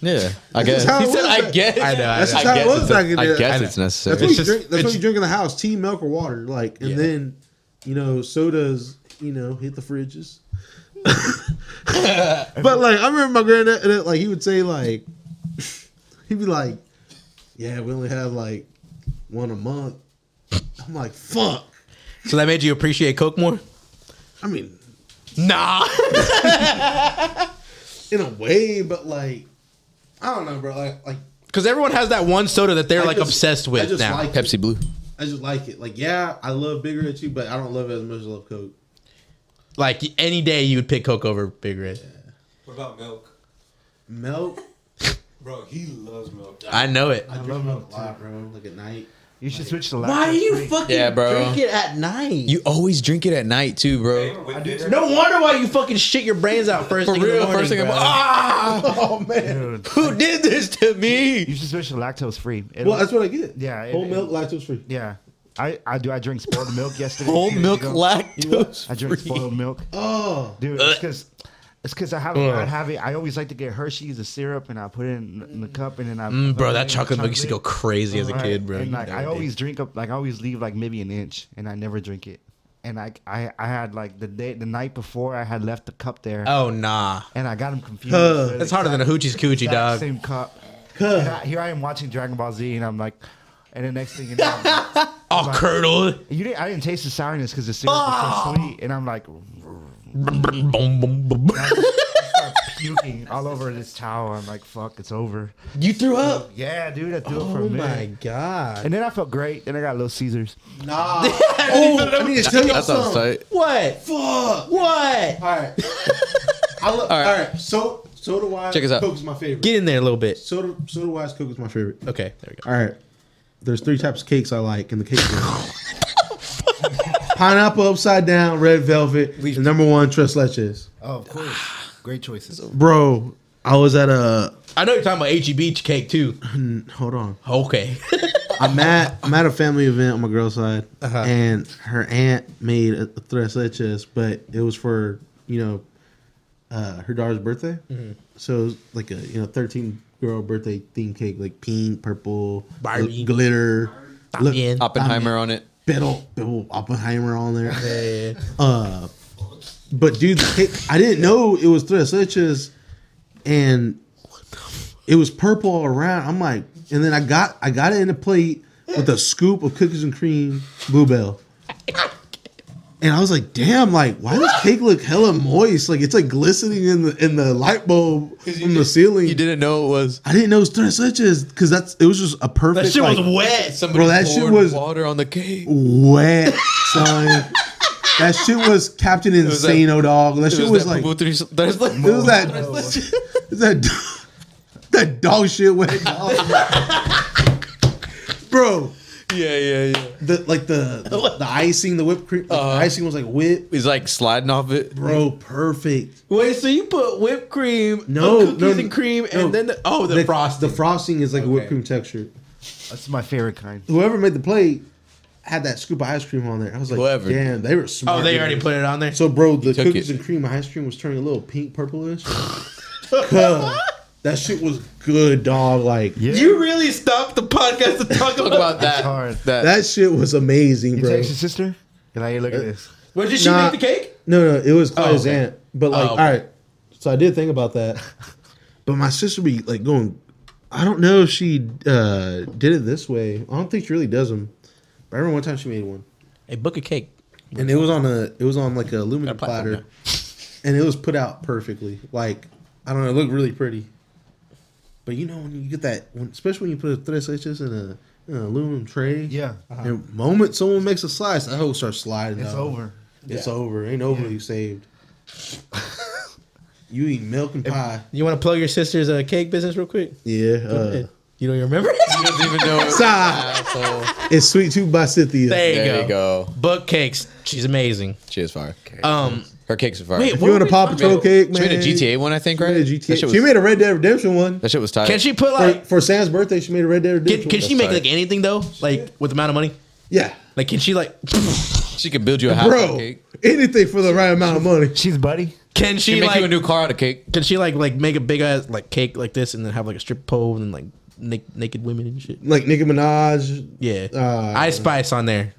yeah, I That's guess just how he it said, was "I back- guess." I know. That's I just how guess it was it's a- back in the I day. guess it's necessary. That's what, you drink, that's what you drink in the house: tea, milk, or water. Like, and then you know, sodas. You know, hit the fridges. but like, I remember my granddad. and it- Like, he would say like, he'd be like, "Yeah, we only have like one a month." I'm like, "Fuck." So that made you appreciate Coke more. I mean, nah. in a way, but like, I don't know, bro. Like, like Because everyone has that one soda that they're I like just- obsessed I with just now. like it. Pepsi Blue. I just like it. Like, yeah, I love Big Red too, but I don't love it as much as I love Coke. Like any day you would pick Coke over Big Red. What about milk? Milk. Bro, he loves milk. I know it. I love milk a lot, bro. Like at night. You should switch to Why are you fucking Yeah, bro. drink it at night? You always drink it at night too, bro. No wonder why you fucking shit your brains out first For thing in the real, morning, first thing in the bro. oh morning. man. Who did this to me? You should switch to lactose free. Well, that's what I get. Yeah, it- whole it- milk, lactose free. Yeah, I, I do. I drink spoiled milk yesterday. Whole Two days milk ago. lactose I drink free. spoiled milk. Oh, dude, it's because it's because I have I Ugh. have it. I always like to get Hershey's the syrup and I put it in, in the cup and then I. Mm, bro, I- that chocolate milk used to go crazy as a Right. kid, bro. And You like know I it always drink up, like I always leave like maybe an inch, and I never drink it. And I, I, I had like the day, the night before, I had left the cup there. Oh nah. And I got him confused. Huh. That's harder than a hoochie's coochie, exact dog. Same cup. And I- here I am watching Dragon Ball Z, and I'm like, and the next thing you know, I'm like- All I'm like, curdled. You didn't. I didn't taste the sourness because the syrup was so sweet, and I'm like, puking all over this towel. I'm like, fuck, it's over. You threw up. Yeah, dude, I threw up for a Oh minute. my god. And then I felt great. Then I got Little Caesars. Nah. oh, I need to tell y'all That sounds something. tight. What? What? Fuck. All right. I love. All All right. right. So soda wise, Check us out. Coke is my favorite. Get in there a little bit. Soda soda wise, Coke is my favorite. Okay, there we go. All right. There's three types of cakes I like in the cake world. Pineapple upside down, red velvet, and number one tres leches. Oh, of course. Great choices. Bro, I was at a I know you're talking about HEB cake too. hold on. Okay. I'm at I'm at a family event on my girl's side, and her aunt made a tres leches, but it was for you know uh, her daughter's birthday. Mhm. So it was like a you know 13 girl birthday themed cake, like pink, purple, Barbie. gl- glitter, look- Oppenheimer on it. Biddle, Biddle Oppenheimer on there. Uh, but dude, the cake, I didn't know it was tres leches, and it was purple all around. I'm like, and then I got I got it in a plate with a scoop of cookies and cream bluebell. And I was like, "Damn! Like, why does cake look hella moist? Like, it's like glistening in the in the light bulb from the ceiling." You didn't know it was. I didn't know it was tres leches because that's it was just a perfect. like- Somebody bro, that shit poured was water on the cake. wet, son. That shit was Captain was Insano, that- dog. That it shit was, was that like, poo-poo three- there's like- it was that, it was that, that dog shit wet, dog. bro. Yeah, yeah, yeah. The like the the, icing, the whipped cream, like, Uh-huh. the icing was like whip, He's like sliding off it. bro, perfect. Wait, so you put whipped cream, No, no cookies no, and cream, no. and then the, oh, the, the frost. The frosting is like a whipped cream texture. That's my favorite kind. Whoever made the plate had that scoop of ice cream on there. I was like, Whoever. damn, they were smart. Oh, they with already this. put it on there. So, bro, the took cookies it. and cream ice cream was turning a little pink purplish. Cuh, that shit was good, dog. Like, You really stopped the podcast to talk about that. that, shit was amazing, bro. Text your sister. And I Uh, look at this. What did she Nah. make the cake? No, no, it was Claire's Oh, okay. aunt. But like, Oh, all right. So I did think about that. But my sister be like going, I don't know if she uh, did it this way. I don't think she really does them. But I remember one time she made one, a book of cake, and it was on a it was on like a aluminum platform platter, and it was put out perfectly. Like I don't know, it looked really pretty. But you know when you get that, when, especially when you put a tres leches in a in an aluminum tray, yeah. The moment someone makes a slice, that whole starts sliding. It's out. over. It's over. Ain't nobody saved. you eat milk and pie. You want to plug your sister's uh, cake business real quick? Yeah. Go Uh, ahead. you don't even remember? you don't even know it. Sigh. it's sweet tooth by Cynthia. There you go. go. Book cakes. She's amazing. She is fire. Um, Her cakes are fire. Wait, If what you want were a we Paw talking Patrol about? cake, She man? made a GTA one, I think, right? She made a, GTA. That shit was, she made a Red Dead Redemption one. that shit was tight. Can she put For, like? for Sam's birthday, she made a Red Dead Can, Redemption. can she one. make like anything though? Like with the amount of money? Yeah. Like can she like? She could build you a house out of Bro, cake. anything for the right amount of money. She's buddy. Can she, She make like? you a new car out of cake. can she like like make a big ass like cake like this and then have like a strip pole and like na- naked women and shit? Like Nicki Minaj. Yeah. Uh, I Spice on there.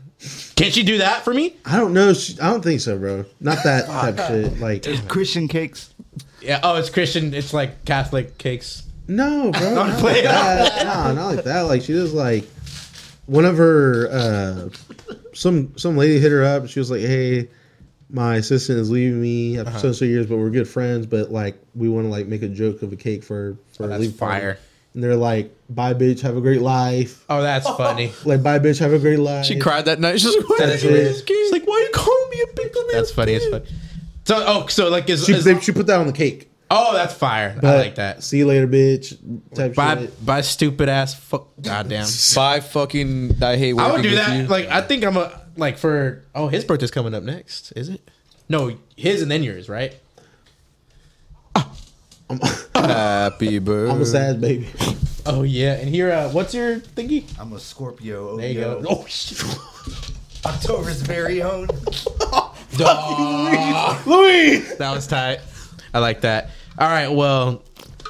Can she do that for me? I don't know. She, I don't think so, bro. Not that type of shit. Like, Christian cakes. Yeah. Oh, it's Christian. It's like Catholic cakes. no, bro. I'm not like playing. that. Nah, not like that. Like, she was like, one of her, uh, some some lady hit her up. and She was like, hey, my assistant is leaving me Uh-huh. after so and so years, but we're good friends. But like, we want to like make a joke of a cake for for Oh, a that's leave party." fire. And they're like, bye, bitch. Have a great life. Oh, that's funny. Like, bye, bitch. Have a great life. She cried that night. She's like, why That's did you make hilarious. this cake? like, why you calling me a big little That's funny. It's funny. So, oh, so like, is, She, is- they, she put that on the cake. oh, that's fire. I But like that. See you later, bitch. Type By shit. by, stupid ass. Fuck. Goddamn. Five fucking. I I hate. would working do with that. you. Like, I think I'm a like for. Oh, his birthday's coming up next, is it? No, his and then yours, right? Happy birthday. I'm a sad baby. Oh yeah, and here, uh, what's your thingy? I'm a Scorpio. There you Yo. go. Oh shit. October's very own. Louis. That was tight. I like that. All right. Well,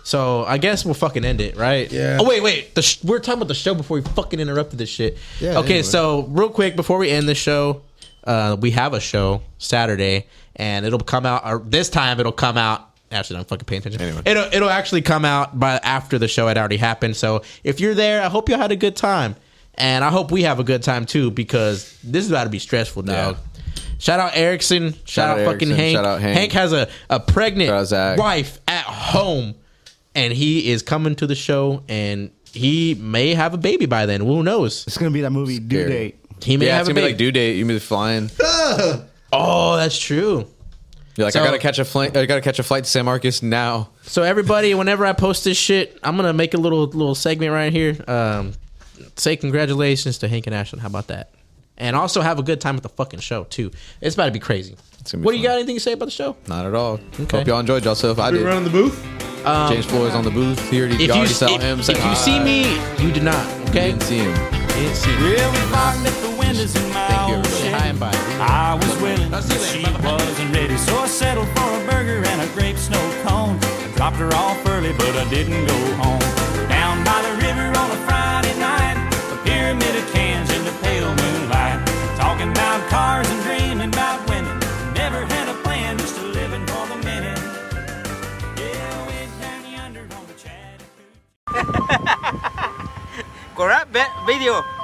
so I guess we'll fucking end it, right? Yeah. Oh wait, wait. The sh- we we're talking about the show before we fucking interrupted this shit. Yeah, Okay. anyway. So real quick before we end the show, uh, we have a show Saturday, and it'll come out. Or this time it'll come out. Actually, I'm fucking paying attention. Anyway. It'll it'll actually come out by after the show had already happened. So if you're there, I hope you had a good time, and I hope we have a good time too because this is about to be stressful, dog. Shout out Erickson. Shout, out, out fucking Erickson. Hank. Shout out Hank. Hank has a, a pregnant Shout out Zach. wife at home, and he is coming to the show, and he may have a baby by then. Who knows? It's gonna be that movie Due Scary. Date. He may yeah, have a it's gonna baby. be like due date. You be flying. oh, that's true. You're like, So- I gotta catch a flight. I gotta catch a flight to San Marcos now. So everybody, whenever I post this shit, I'm gonna make a little little segment right here. Um, say congratulations to Hank and Ashlyn. How about that? And also have a good time at the fucking show too. It's about to be crazy. gonna be what do you fun. got? Anything to say about the show? Not at all. Okay. Um, Hope y'all enjoyed yourself. I We did. running the booth. James Flores on the booth. He already, If you you already saw if, him. if Say you hi. see me, you did not. Okay. didn't see him. You didn't see me. Well, we parked at the windows in my Thank you, old everybody. Chevy. Hi and bye. I was willing, she wasn't ready, so I settled for a burger and a grape snow cone. I dropped her off early, but I didn't go home. Down by the river on a Friday night, a pyramid of cans in the pale moonlight. Talking about cars and dreaming about women. Never had a plan, just a living for the minute. Yeah, I went down yonder on the Chattahoochee. Correct, video.